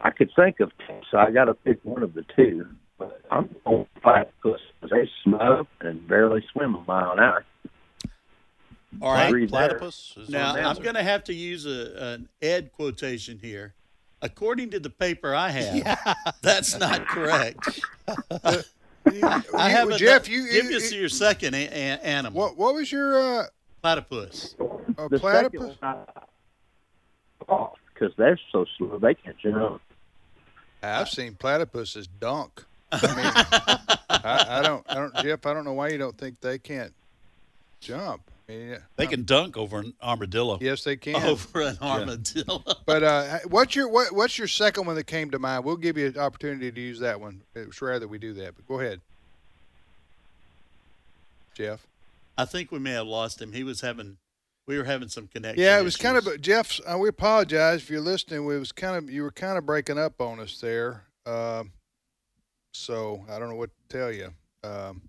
Speaker 17: I could think of two, so I got to pick one of the two. But I'm on platypus. They smoke and barely swim a mile an hour.
Speaker 7: All right.
Speaker 17: Agreed there.
Speaker 7: Now,
Speaker 17: an
Speaker 7: I'm
Speaker 17: answer.
Speaker 7: going to have to use a, an Ed quotation here. According to the paper I have, that's not correct. I
Speaker 6: you-
Speaker 7: have a-
Speaker 6: Jeff, you-
Speaker 7: give
Speaker 6: you-
Speaker 7: us your second a- a- animal.
Speaker 6: What What was your uh,
Speaker 7: platypus?
Speaker 6: a
Speaker 17: The
Speaker 6: platypus?
Speaker 17: because they're so slow they can't jump.
Speaker 6: I've seen platypuses dunk. I mean, I, I don't, I don't, Jeff. I don't know why you don't think they can't jump. I mean, yeah,
Speaker 7: They can dunk over an armadillo.
Speaker 6: Yes, they can.
Speaker 7: Over an
Speaker 6: Yeah.
Speaker 7: armadillo.
Speaker 6: But uh, what's your what, what's your second one that came to mind? We'll give you an opportunity to use that one. It's rare that we do that, but go ahead, Jeff.
Speaker 7: I think we may have lost him. He was having, we were having some connection.
Speaker 6: Yeah, it was
Speaker 7: issues.
Speaker 6: kind of Jeff's. Uh, we apologize if you're listening. We was kind of you were kind of breaking up on us there. Um, so I don't know what to tell you. Um,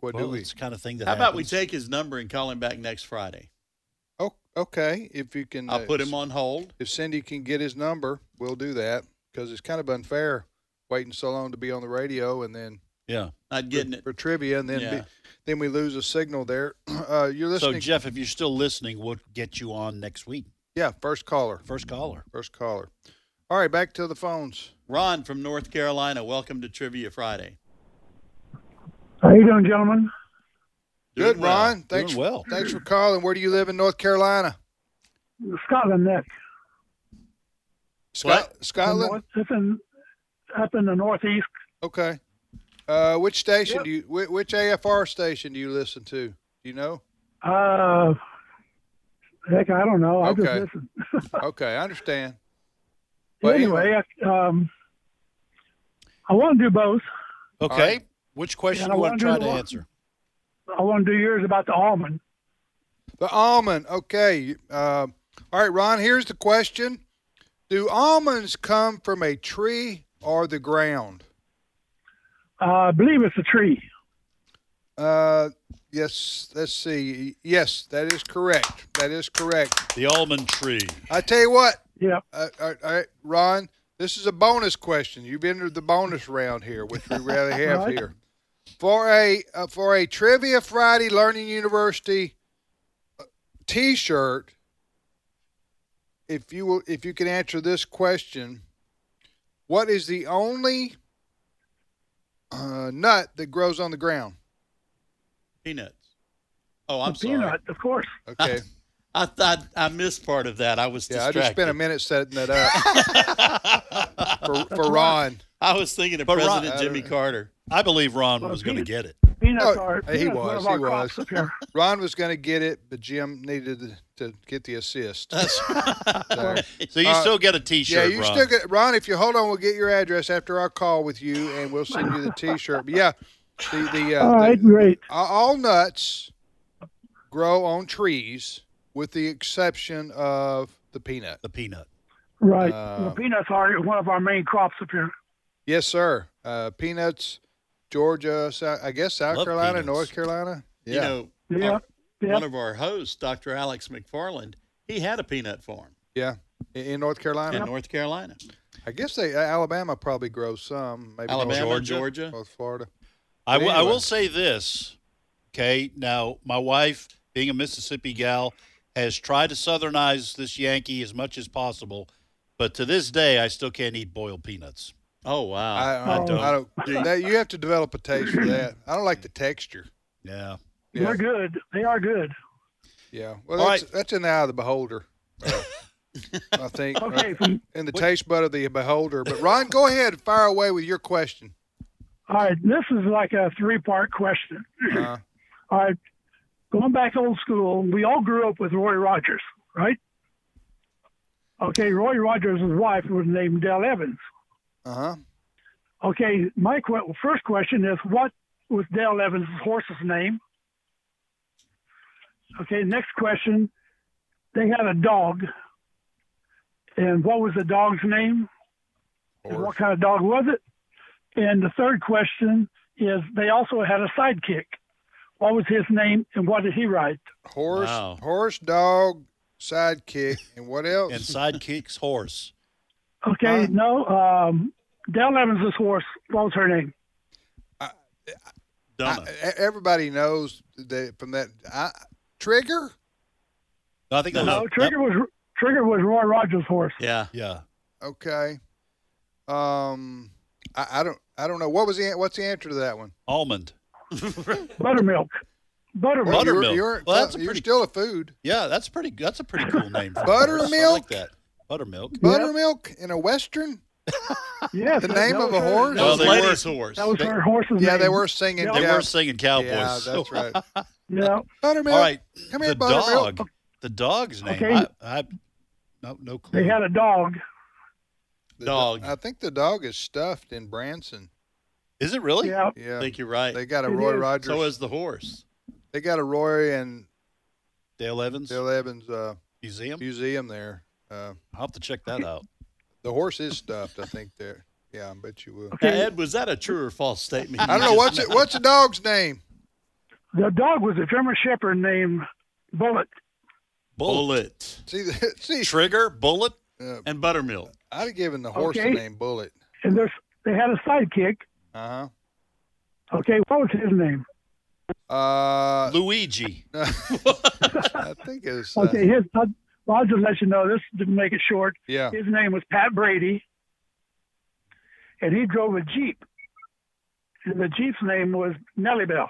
Speaker 6: what
Speaker 7: Well,
Speaker 6: do we?
Speaker 7: it's the kind of thing that
Speaker 6: How
Speaker 7: How
Speaker 6: about
Speaker 7: about we take his number and call him back next Friday?
Speaker 6: Oh, okay. If you can,
Speaker 7: I'll
Speaker 6: uh,
Speaker 7: put him on hold.
Speaker 6: If Cindy can get his number, we'll do that because it's kind of unfair waiting so long to be on the radio and then
Speaker 7: Yeah, not getting it.
Speaker 6: for trivia, and then
Speaker 7: Yeah.
Speaker 6: be, then we lose a signal there. Uh, you're listening.
Speaker 7: So Jeff, if you're still listening, we'll get you on next week.
Speaker 6: yeah, first caller.
Speaker 7: First caller.
Speaker 6: First caller. All right, back to the phones.
Speaker 7: Ron from North Carolina, welcome to Trivia Friday.
Speaker 18: How you doing, gentlemen?
Speaker 6: Good,
Speaker 7: well.
Speaker 6: Ron.
Speaker 7: Doing
Speaker 6: Thanks.
Speaker 7: well.
Speaker 6: Thanks for calling. Where do you live in North Carolina?
Speaker 18: Scotland neck.
Speaker 6: Scot- Scotland.
Speaker 18: It's in, up in the northeast.
Speaker 6: Okay. Uh, which station do you? Which, which AFR station do you listen to? Do you know?
Speaker 18: Uh, heck, I don't know. Oh, I
Speaker 6: Okay.
Speaker 18: just listen.
Speaker 6: okay, I understand. Well,
Speaker 18: Anyway, I, um, I want to do both.
Speaker 7: Okay. Which question
Speaker 18: And
Speaker 7: do
Speaker 18: I
Speaker 7: you want to try
Speaker 18: wanna
Speaker 7: to
Speaker 18: do the-
Speaker 7: answer?
Speaker 18: I want to do yours about the almond.
Speaker 6: The almond. Okay. Uh, all right, Ron, here's the question Do almonds come from a tree or the ground?
Speaker 18: Uh, I believe it's a tree.
Speaker 6: Uh, yes, let's see. Yes, that is correct. That is correct.
Speaker 7: The almond tree.
Speaker 6: I tell you what.
Speaker 18: Yeah.
Speaker 6: Uh, all right, Ron, this is a bonus question. You've entered the bonus round here, which we rarely have
Speaker 18: Right.
Speaker 6: here. For a uh, for a Trivia Friday Learning University uh, T-shirt, if you will, if you can answer this question, what is the only uh, nut that grows on the ground?
Speaker 7: Peanuts. Oh, I'm
Speaker 18: The
Speaker 7: sorry.
Speaker 18: peanut, of course.
Speaker 6: Okay.
Speaker 7: I thought I missed part of that. I was
Speaker 6: Yeah, I
Speaker 7: distracted.
Speaker 6: just spent a minute setting that up for, for Ron.
Speaker 7: I was thinking of
Speaker 6: But Ron-
Speaker 7: President
Speaker 6: I
Speaker 7: Jimmy
Speaker 6: don't-
Speaker 7: Carter. I believe Ron was going to
Speaker 18: Peanut-
Speaker 7: get it.
Speaker 18: Peanuts
Speaker 6: Oh,
Speaker 18: are.
Speaker 6: he
Speaker 18: peanuts
Speaker 6: was.
Speaker 18: one of
Speaker 6: He
Speaker 18: our crops
Speaker 6: was.
Speaker 18: up here.
Speaker 6: Ron was going to get it, but Jim needed to, to get the assist. so, uh,
Speaker 7: So you still get a T-shirt,
Speaker 6: Yeah, you
Speaker 7: Ron.
Speaker 6: still get Ron. If you hold on, we'll get your address after our call with you, and we'll send you the T-shirt. But yeah, the the, uh,
Speaker 18: All
Speaker 6: the-
Speaker 18: right, great.
Speaker 6: a- all nuts grow on trees, with the exception of the peanut.
Speaker 7: The peanut.
Speaker 18: Right.
Speaker 6: Uh,
Speaker 18: the peanuts are one of our main crops up here.
Speaker 6: Yes, sir. Uh, peanuts, Georgia, South, I guess South
Speaker 7: Love
Speaker 6: Carolina,
Speaker 7: peanuts.
Speaker 6: North Carolina. Yeah.
Speaker 7: You know, uh,
Speaker 18: Yeah.
Speaker 7: our-
Speaker 18: yeah.
Speaker 7: one of our hosts, Dr. Alex McFarland, he had a peanut farm
Speaker 6: yeah. In, in North Carolina.
Speaker 7: in North Carolina.
Speaker 6: I guess they Alabama probably grows some. Maybe North
Speaker 7: Alabama, Georgia.
Speaker 6: North Florida.
Speaker 7: I
Speaker 6: But
Speaker 7: will-
Speaker 6: anyway.
Speaker 7: I will say this. Okay. Now, my wife, being a Mississippi gal, has tried to southernize this Yankee as much as possible, but to this day, I still can't eat boiled peanuts. Oh wow!
Speaker 6: I, I, don't. I don't. That, you have to develop a taste for that. I don't like the texture.
Speaker 7: Yeah.
Speaker 6: Yeah.
Speaker 18: They're good. They are good.
Speaker 6: Yeah. Well,
Speaker 18: All
Speaker 6: that's, that's in the eye of the beholder. uh, I think.
Speaker 18: Okay,
Speaker 6: uh,
Speaker 18: from-
Speaker 6: in the taste bud of the beholder. But Ron, go ahead. and Fire away with your question.
Speaker 18: All right. This is like a three part question.
Speaker 6: Uh,
Speaker 18: All right. Going back old school, we all grew up with Roy Rogers, right? Okay, Roy Rogers' wife was named Dell Evans.
Speaker 6: Uh-huh.
Speaker 18: Okay, my qu- first question is what was Dell Evans' horse's name? Okay, next question. They had a dog. And what was the dog's name? And what kind of dog was it? And the third question is they also had a sidekick. What was his name and what did he ride?
Speaker 6: Horse, horse, dog, sidekick, and what else?
Speaker 7: And sidekick's horse.
Speaker 18: Okay, no. Um, Dale Evans' horse. What was her name?
Speaker 6: I- e- everybody knows that from that I, trigger.
Speaker 7: I think
Speaker 18: no, Trigger was Trigger was Roy Rogers' horse.
Speaker 7: Yeah. Yeah.
Speaker 6: Okay. Um, I, I don't. I don't know. What was the what's the answer to that one?
Speaker 7: Almond.
Speaker 18: Buttermilk. Buttermilk.
Speaker 6: Well, you're-
Speaker 7: Buttermilk.
Speaker 6: you're-
Speaker 7: well, that's a
Speaker 6: you're
Speaker 7: pretty,
Speaker 6: still a food.
Speaker 7: Yeah, that's pretty. That's a pretty cool name. For a
Speaker 6: Buttermilk?
Speaker 7: horse. I like that. Buttermilk.
Speaker 6: Buttermilk in a western.
Speaker 18: Yes.
Speaker 6: The name of a horse.
Speaker 7: That was lady's horse.
Speaker 6: That was
Speaker 7: They-
Speaker 6: her horse's
Speaker 7: Yeah, they
Speaker 6: name.
Speaker 7: were singing.
Speaker 6: Yeah.
Speaker 7: They
Speaker 6: Yeah.
Speaker 7: were singing cowboys.
Speaker 6: Yeah, that's right.
Speaker 18: No.
Speaker 6: Buttermilk.
Speaker 7: All right.
Speaker 6: Come here,
Speaker 7: the
Speaker 6: Buttermilk.
Speaker 7: dog. The dog's name.
Speaker 6: Okay.
Speaker 7: I, I, no, no clue.
Speaker 18: They had a dog.
Speaker 7: dog.
Speaker 6: I think the dog is stuffed in Branson.
Speaker 7: Is it really?
Speaker 18: Yeah.
Speaker 6: Yeah.
Speaker 7: I think you're right.
Speaker 6: They got a Roy Rogers.
Speaker 7: So is the horse.
Speaker 6: They got a Roy and
Speaker 7: Dale Evans.
Speaker 6: Dale Evans uh,
Speaker 7: museum.
Speaker 6: Museum there. Uh,
Speaker 7: I'll have to check that out.
Speaker 6: The horse is stuffed, I think. There. Yeah, I bet you will.
Speaker 7: Now, Ed, was that a true or false statement?
Speaker 6: I don't
Speaker 7: you
Speaker 6: know
Speaker 7: just
Speaker 6: what's
Speaker 7: made?
Speaker 6: it, what's the dog's name.
Speaker 18: The dog was a German Shepherd named Bullet.
Speaker 7: Bullet.
Speaker 6: See, the, see.
Speaker 7: Trigger, bullet,
Speaker 6: and
Speaker 7: buttermilk.
Speaker 6: I'd have given the horse
Speaker 18: Okay.
Speaker 6: the name Bullet.
Speaker 18: And there's they had a sidekick.
Speaker 6: Uh
Speaker 7: Uh-huh.
Speaker 18: Okay, what was his name?
Speaker 6: huh. Uh,
Speaker 7: Luigi.
Speaker 6: I think it's. Uh,
Speaker 18: Okay, his I'll, well, I'll just let you know this to make it short.
Speaker 6: Yeah.
Speaker 18: His name was Pat Brady, and he drove a Jeep. And the Jeep's name was Nellie Bell.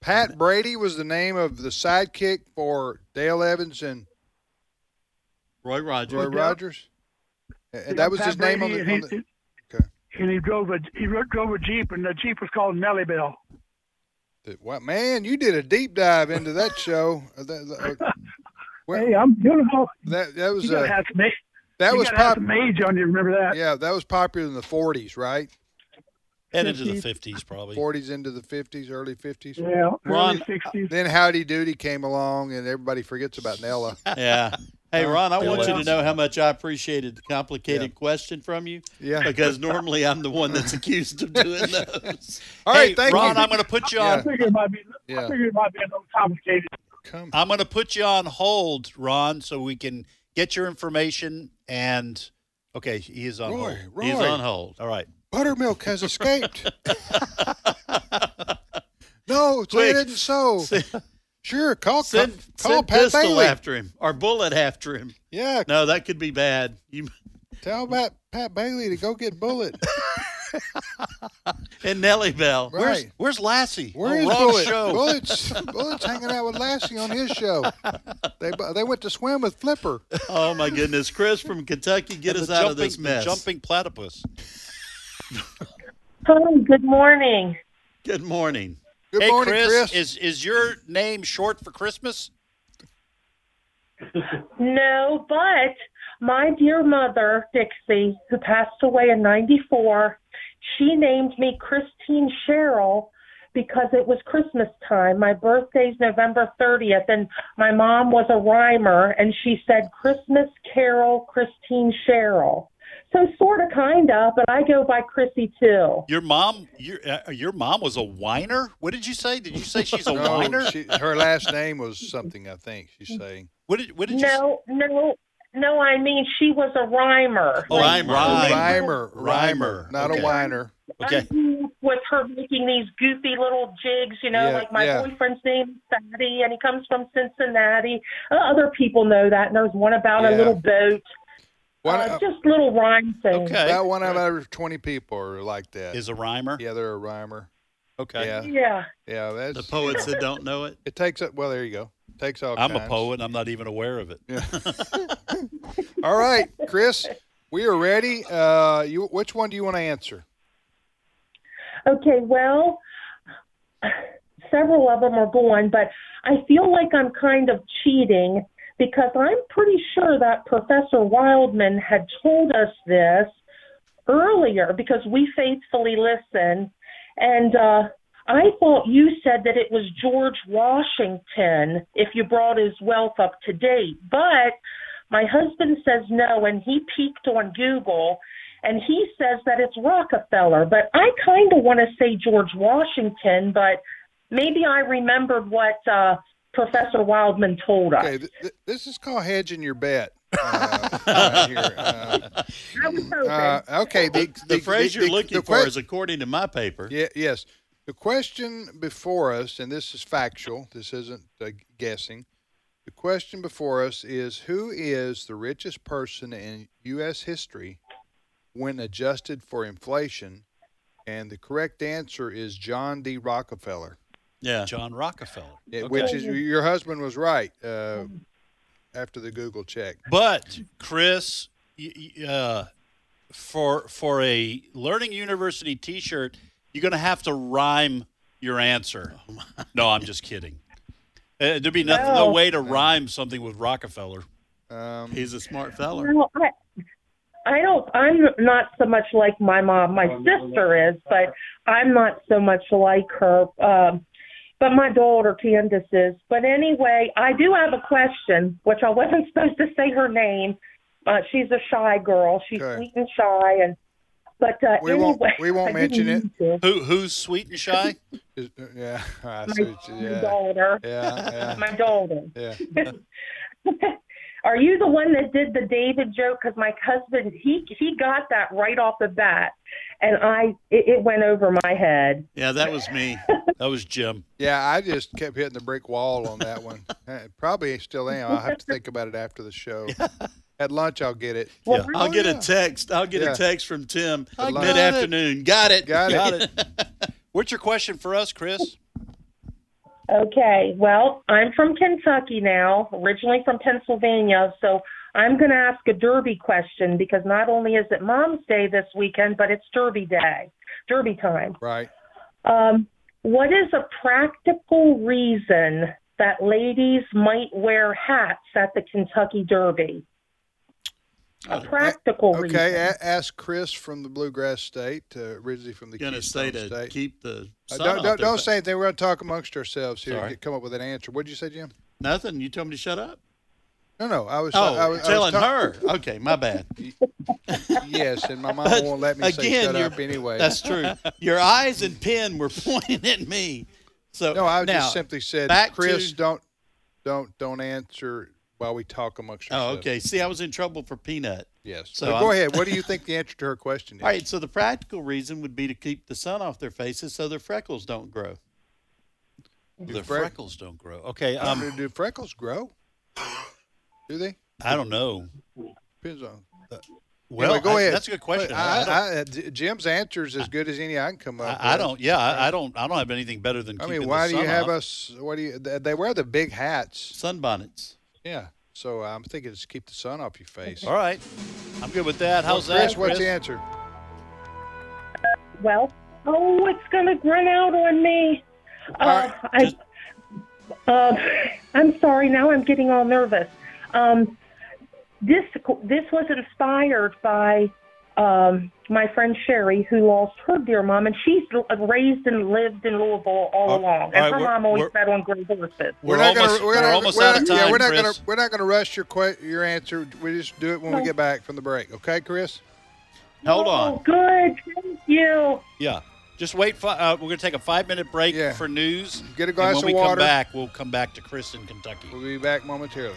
Speaker 6: Pat Brady was the name of the sidekick for Dale Evans and
Speaker 7: Roy Rogers.
Speaker 6: Roy
Speaker 18: Yeah.
Speaker 6: Rogers. And
Speaker 18: Yeah,
Speaker 6: that was
Speaker 18: Pat
Speaker 6: his name on
Speaker 18: Brady,
Speaker 6: the. On
Speaker 18: and
Speaker 6: the
Speaker 18: he, And he drove a he ro- drove a Jeep, and the Jeep was called Nellie Bell.
Speaker 6: wow, man, you did a deep dive into that show. Uh, that- that-
Speaker 18: Hey, I'm beautiful.
Speaker 6: That that was
Speaker 18: you gotta
Speaker 6: uh,
Speaker 18: have some, age-
Speaker 6: that
Speaker 18: you
Speaker 6: was
Speaker 18: gotta have
Speaker 6: pop-
Speaker 18: some age on you. Remember that?
Speaker 6: yeah, that was popular in the forties, right?
Speaker 7: Headed to the 50s, probably.
Speaker 6: Forties into the fifties, early fifties.
Speaker 18: Yeah,
Speaker 7: Ron- uh,
Speaker 18: early 60s.
Speaker 6: Then Howdy Doody came along, and everybody forgets about Nella.
Speaker 7: Yeah. Hey,
Speaker 6: Uh,
Speaker 7: Ron, I want you to
Speaker 6: Dale
Speaker 7: know how much I appreciated the complicated question from you.
Speaker 6: Yeah.
Speaker 7: Because normally I'm the one that's accused of doing those.
Speaker 6: All
Speaker 7: Hey,
Speaker 6: right, thank
Speaker 7: Ron,
Speaker 6: you.
Speaker 7: I'm going to put you
Speaker 18: I
Speaker 7: on.
Speaker 18: figured it might be. I
Speaker 7: Yeah.
Speaker 18: figured it might be a little complicated.
Speaker 7: I'm going to put you on hold, Ron, so we can get your information. And okay, he is on
Speaker 6: Roy,
Speaker 7: hold. He's
Speaker 6: Roy.
Speaker 7: on hold. All right.
Speaker 6: Buttermilk has escaped. no, say it
Speaker 7: Quick.
Speaker 6: isn't so. Sure, call
Speaker 7: Send,
Speaker 6: call
Speaker 7: send
Speaker 6: Pat
Speaker 7: pistol
Speaker 6: Bailey.
Speaker 7: after him or bullet after him.
Speaker 6: Yeah.
Speaker 7: No, that could be bad. You
Speaker 6: Tell about Pat Bailey to go get Bullet.
Speaker 7: and Nellie Bell. Where's
Speaker 6: Right.
Speaker 7: Where's Lassie?
Speaker 6: Where
Speaker 7: Oh,
Speaker 6: is
Speaker 7: wrong
Speaker 6: Bullet?
Speaker 7: show.
Speaker 6: Bullet's Bullet's hanging out with Lassie on his show. They they went to swim with Flipper.
Speaker 7: Oh my goodness, Chris from Kentucky, get
Speaker 6: And
Speaker 7: us
Speaker 6: the
Speaker 7: out of
Speaker 6: jumping-
Speaker 7: this
Speaker 6: the
Speaker 7: mess.
Speaker 6: jumping
Speaker 7: platypus.
Speaker 19: Hi, good morning.
Speaker 7: Good morning.
Speaker 19: Good
Speaker 7: hey,
Speaker 19: morning,
Speaker 7: Chris,
Speaker 19: Chris.
Speaker 7: Is is your name short for Christmas?
Speaker 19: No, but my dear mother, Dixie, who passed away in 94, she named me Christine Cheryl because it was Christmas time. My birthday's November 30th, and my mom was a rhymer, and she said, Christmas Carol, Christine Cheryl. So, sort of, kind of, but I go by Chrissy too.
Speaker 7: Your mom, your uh, your mom was a whiner. What did you say? Did you say she's a
Speaker 6: No,
Speaker 7: whiner?
Speaker 6: she- her last name was something I think she's saying.
Speaker 7: What did what did you?
Speaker 19: No, no, no, I mean, she was a rhymer.
Speaker 7: Oh,
Speaker 6: Rhymer.
Speaker 19: Rhymer.
Speaker 6: Oh, Rhymer. Rhymer. Not a whiner.
Speaker 19: I grew up with her making these goofy little jigs, you know,
Speaker 6: Yeah,
Speaker 19: like my
Speaker 6: yeah.
Speaker 19: boyfriend's name is Fatty, and he comes from Cincinnati. Uh, other people know that, and there's one about a
Speaker 6: Yeah.
Speaker 19: little boat.
Speaker 6: One-
Speaker 19: uh, just little rhyme things.
Speaker 6: About one out of every 20 people are like that.
Speaker 7: Is a rhymer?
Speaker 6: Yeah, they're a rhymer.
Speaker 7: Okay.
Speaker 6: Yeah.
Speaker 19: Yeah.
Speaker 6: Yeah, that's
Speaker 7: The poets that don't know it.
Speaker 6: It takes up. Well, there you go. Takes all.
Speaker 7: I'm a
Speaker 6: kinds.
Speaker 7: poet. I'm not even aware of it.
Speaker 6: All right, Chris, we are ready. Uh, you, which one do you want to answer?
Speaker 19: Okay, well, several of them are gone, but I feel like I'm kind of cheating because I'm pretty sure that Professor Wildman had told us this earlier because we faithfully listen. And uh, I thought you said that it was George Washington if you brought his wealth up to date, but My husband says no, and he peeked on Google, and he says that it's Rockefeller. But I kind of want to say George Washington, but maybe I remembered what uh, Professor Wildman told us.
Speaker 6: Okay, th- th- this is called hedging your bet. Uh, out here. Uh, uh, okay, the,
Speaker 7: The, phrase
Speaker 6: the-
Speaker 7: you're
Speaker 6: the-
Speaker 7: looking
Speaker 6: the
Speaker 7: for
Speaker 6: que-
Speaker 7: is according to my paper.
Speaker 6: Yeah, yes. The question before us, and this is factual, this isn't uh, guessing. The question before us is who is the richest person in U.S. history when adjusted for inflation? And the correct answer is John D. Rockefeller,
Speaker 7: Yeah. John Rockefeller.
Speaker 6: Yeah, which is your husband was right uh, after the Google check.
Speaker 7: But Chris, y- y- uh, for for a learning university T-shirt, you're going to have to rhyme your answer.
Speaker 6: Oh,
Speaker 7: no, I'm just kidding. Uh, there'd be nothing, no
Speaker 19: No.
Speaker 7: way to rhyme something with Rockefeller.
Speaker 6: Um,
Speaker 7: He's a smart feller.
Speaker 19: Well, I, I don't. I'm not so much like my mom. My
Speaker 6: Oh,
Speaker 19: sister is, but I'm not so much like her. Um, but my daughter Candace is. But anyway, I do have a question, which I wasn't supposed to say her name. Uh, she's a shy girl. She's sweet and shy, and but uh,
Speaker 6: We
Speaker 19: anyway,
Speaker 6: won't. We won't
Speaker 19: I didn't
Speaker 6: mention it.
Speaker 7: Who who's sweet and shy?
Speaker 6: Is- uh, yeah, I
Speaker 19: My-
Speaker 6: see what you-
Speaker 19: my
Speaker 6: yeah.
Speaker 19: daughter.
Speaker 6: Yeah, yeah.
Speaker 19: My daughter.
Speaker 6: Yeah.
Speaker 19: Are you the one that did the David joke? Because my husband, he he got that right off the bat, and I it, it went over my head.
Speaker 7: Yeah, that was me. That was Jim.
Speaker 6: Yeah, I just kept hitting the brick wall on that one. Uh, Probably still am. I'll have to think about it after the show. At lunch, I'll get it.
Speaker 7: Yeah. I'll get a text. I'll get
Speaker 6: Yeah.
Speaker 7: a text from Tim
Speaker 6: I got
Speaker 7: mid afternoon. Got it.
Speaker 6: Got it.
Speaker 7: What's your question for us, Chris?
Speaker 19: Okay, well, I'm from Kentucky now, originally from Pennsylvania, so I'm going to ask a Derby question because not only is it Mom's Day this weekend, but it's Derby Day, Derby time.
Speaker 6: Right.
Speaker 19: Um, what is a practical reason that ladies might wear hats at the Kentucky Derby? A practical reason.
Speaker 6: Okay, a- ask Chris from the Bluegrass State, uh, originally from the
Speaker 7: Gonna
Speaker 6: Keystone
Speaker 7: say to keep the
Speaker 6: Uh,
Speaker 7: sun
Speaker 6: don't
Speaker 7: off
Speaker 6: don't,
Speaker 7: their
Speaker 6: don't
Speaker 7: fa-
Speaker 6: say anything. We're going to talk amongst ourselves here.
Speaker 7: Sorry.
Speaker 6: and Come up with an answer. What did you say, Jim?
Speaker 7: nothing. You told me to shut up.
Speaker 6: No, no. I was.
Speaker 7: oh,
Speaker 6: I was I was
Speaker 7: telling
Speaker 6: talk-
Speaker 7: her. Okay, my bad.
Speaker 6: Yes, and my mom won't let me say shut
Speaker 7: your-
Speaker 6: up anyway.
Speaker 7: That's true. Your eyes and pen were pointing at me. So
Speaker 6: No, I
Speaker 7: now,
Speaker 6: just simply said,
Speaker 7: back
Speaker 6: Chris,
Speaker 7: to-
Speaker 6: don't, don't, don't answer while we talk amongst
Speaker 7: Oh,
Speaker 6: ourselves.
Speaker 7: okay. See, I was in trouble for peanut.
Speaker 6: Yes.
Speaker 7: So
Speaker 6: So go
Speaker 7: I'm-
Speaker 6: ahead. What do you think the answer to her question is?
Speaker 7: All right. So the practical reason would be to keep the sun off their faces so their freckles don't grow. Their
Speaker 6: fre-
Speaker 7: freckles don't grow. Okay. Um,
Speaker 6: do, do freckles grow? Do they?
Speaker 7: I don't know.
Speaker 6: Depends on.
Speaker 7: uh, Well,
Speaker 6: Anyway, go
Speaker 7: I-
Speaker 6: ahead.
Speaker 7: that's a good question.
Speaker 6: I,
Speaker 7: I- I
Speaker 6: I, I, Jim's answer is as good as any I can come up.
Speaker 7: I, I
Speaker 6: with.
Speaker 7: don't. Yeah, I, I don't. I don't have anything better than.
Speaker 6: I
Speaker 7: keeping
Speaker 6: mean,
Speaker 7: the
Speaker 6: why do you
Speaker 7: sun
Speaker 6: have
Speaker 7: off.
Speaker 6: us? What do you? They they wear the big hats.
Speaker 7: sunbonnets?
Speaker 6: Yeah. So I'm thinking it's keep the sun off your face.
Speaker 7: All right. I'm good with that. How's
Speaker 6: Well, Chris,
Speaker 7: that?
Speaker 6: what's the answer?
Speaker 19: Well, oh, it's going to run out on me. Uh, I, uh, I'm sorry. Now I'm getting all nervous. Um, this this was inspired by um, my friend Sherry, who lost her dear mom, and she's l- raised and lived in Louisville all along, and
Speaker 7: Uh, all right,
Speaker 19: her
Speaker 7: we're-
Speaker 19: mom always
Speaker 7: we're-
Speaker 19: fed on gray horses.
Speaker 7: We're
Speaker 6: not
Speaker 7: almost-
Speaker 6: gonna, we're,
Speaker 7: we're
Speaker 6: not,
Speaker 7: almost
Speaker 6: we're
Speaker 7: out
Speaker 6: not-
Speaker 7: of
Speaker 6: Yeah,
Speaker 7: time,
Speaker 6: we're not
Speaker 7: Chris.
Speaker 6: gonna we're not gonna rush your que- your answer. We just do it when we
Speaker 19: No.
Speaker 6: get back from the break. Okay, Chris.
Speaker 7: Hold
Speaker 19: Oh, good. Thank you.
Speaker 7: Yeah. Just wait. Fi- uh, we're going to take a five minute break for news.
Speaker 6: Get a glass
Speaker 7: and
Speaker 6: of
Speaker 7: when we come
Speaker 6: water.
Speaker 7: back, we'll come back to Chris in Kentucky.
Speaker 6: We'll be back momentarily.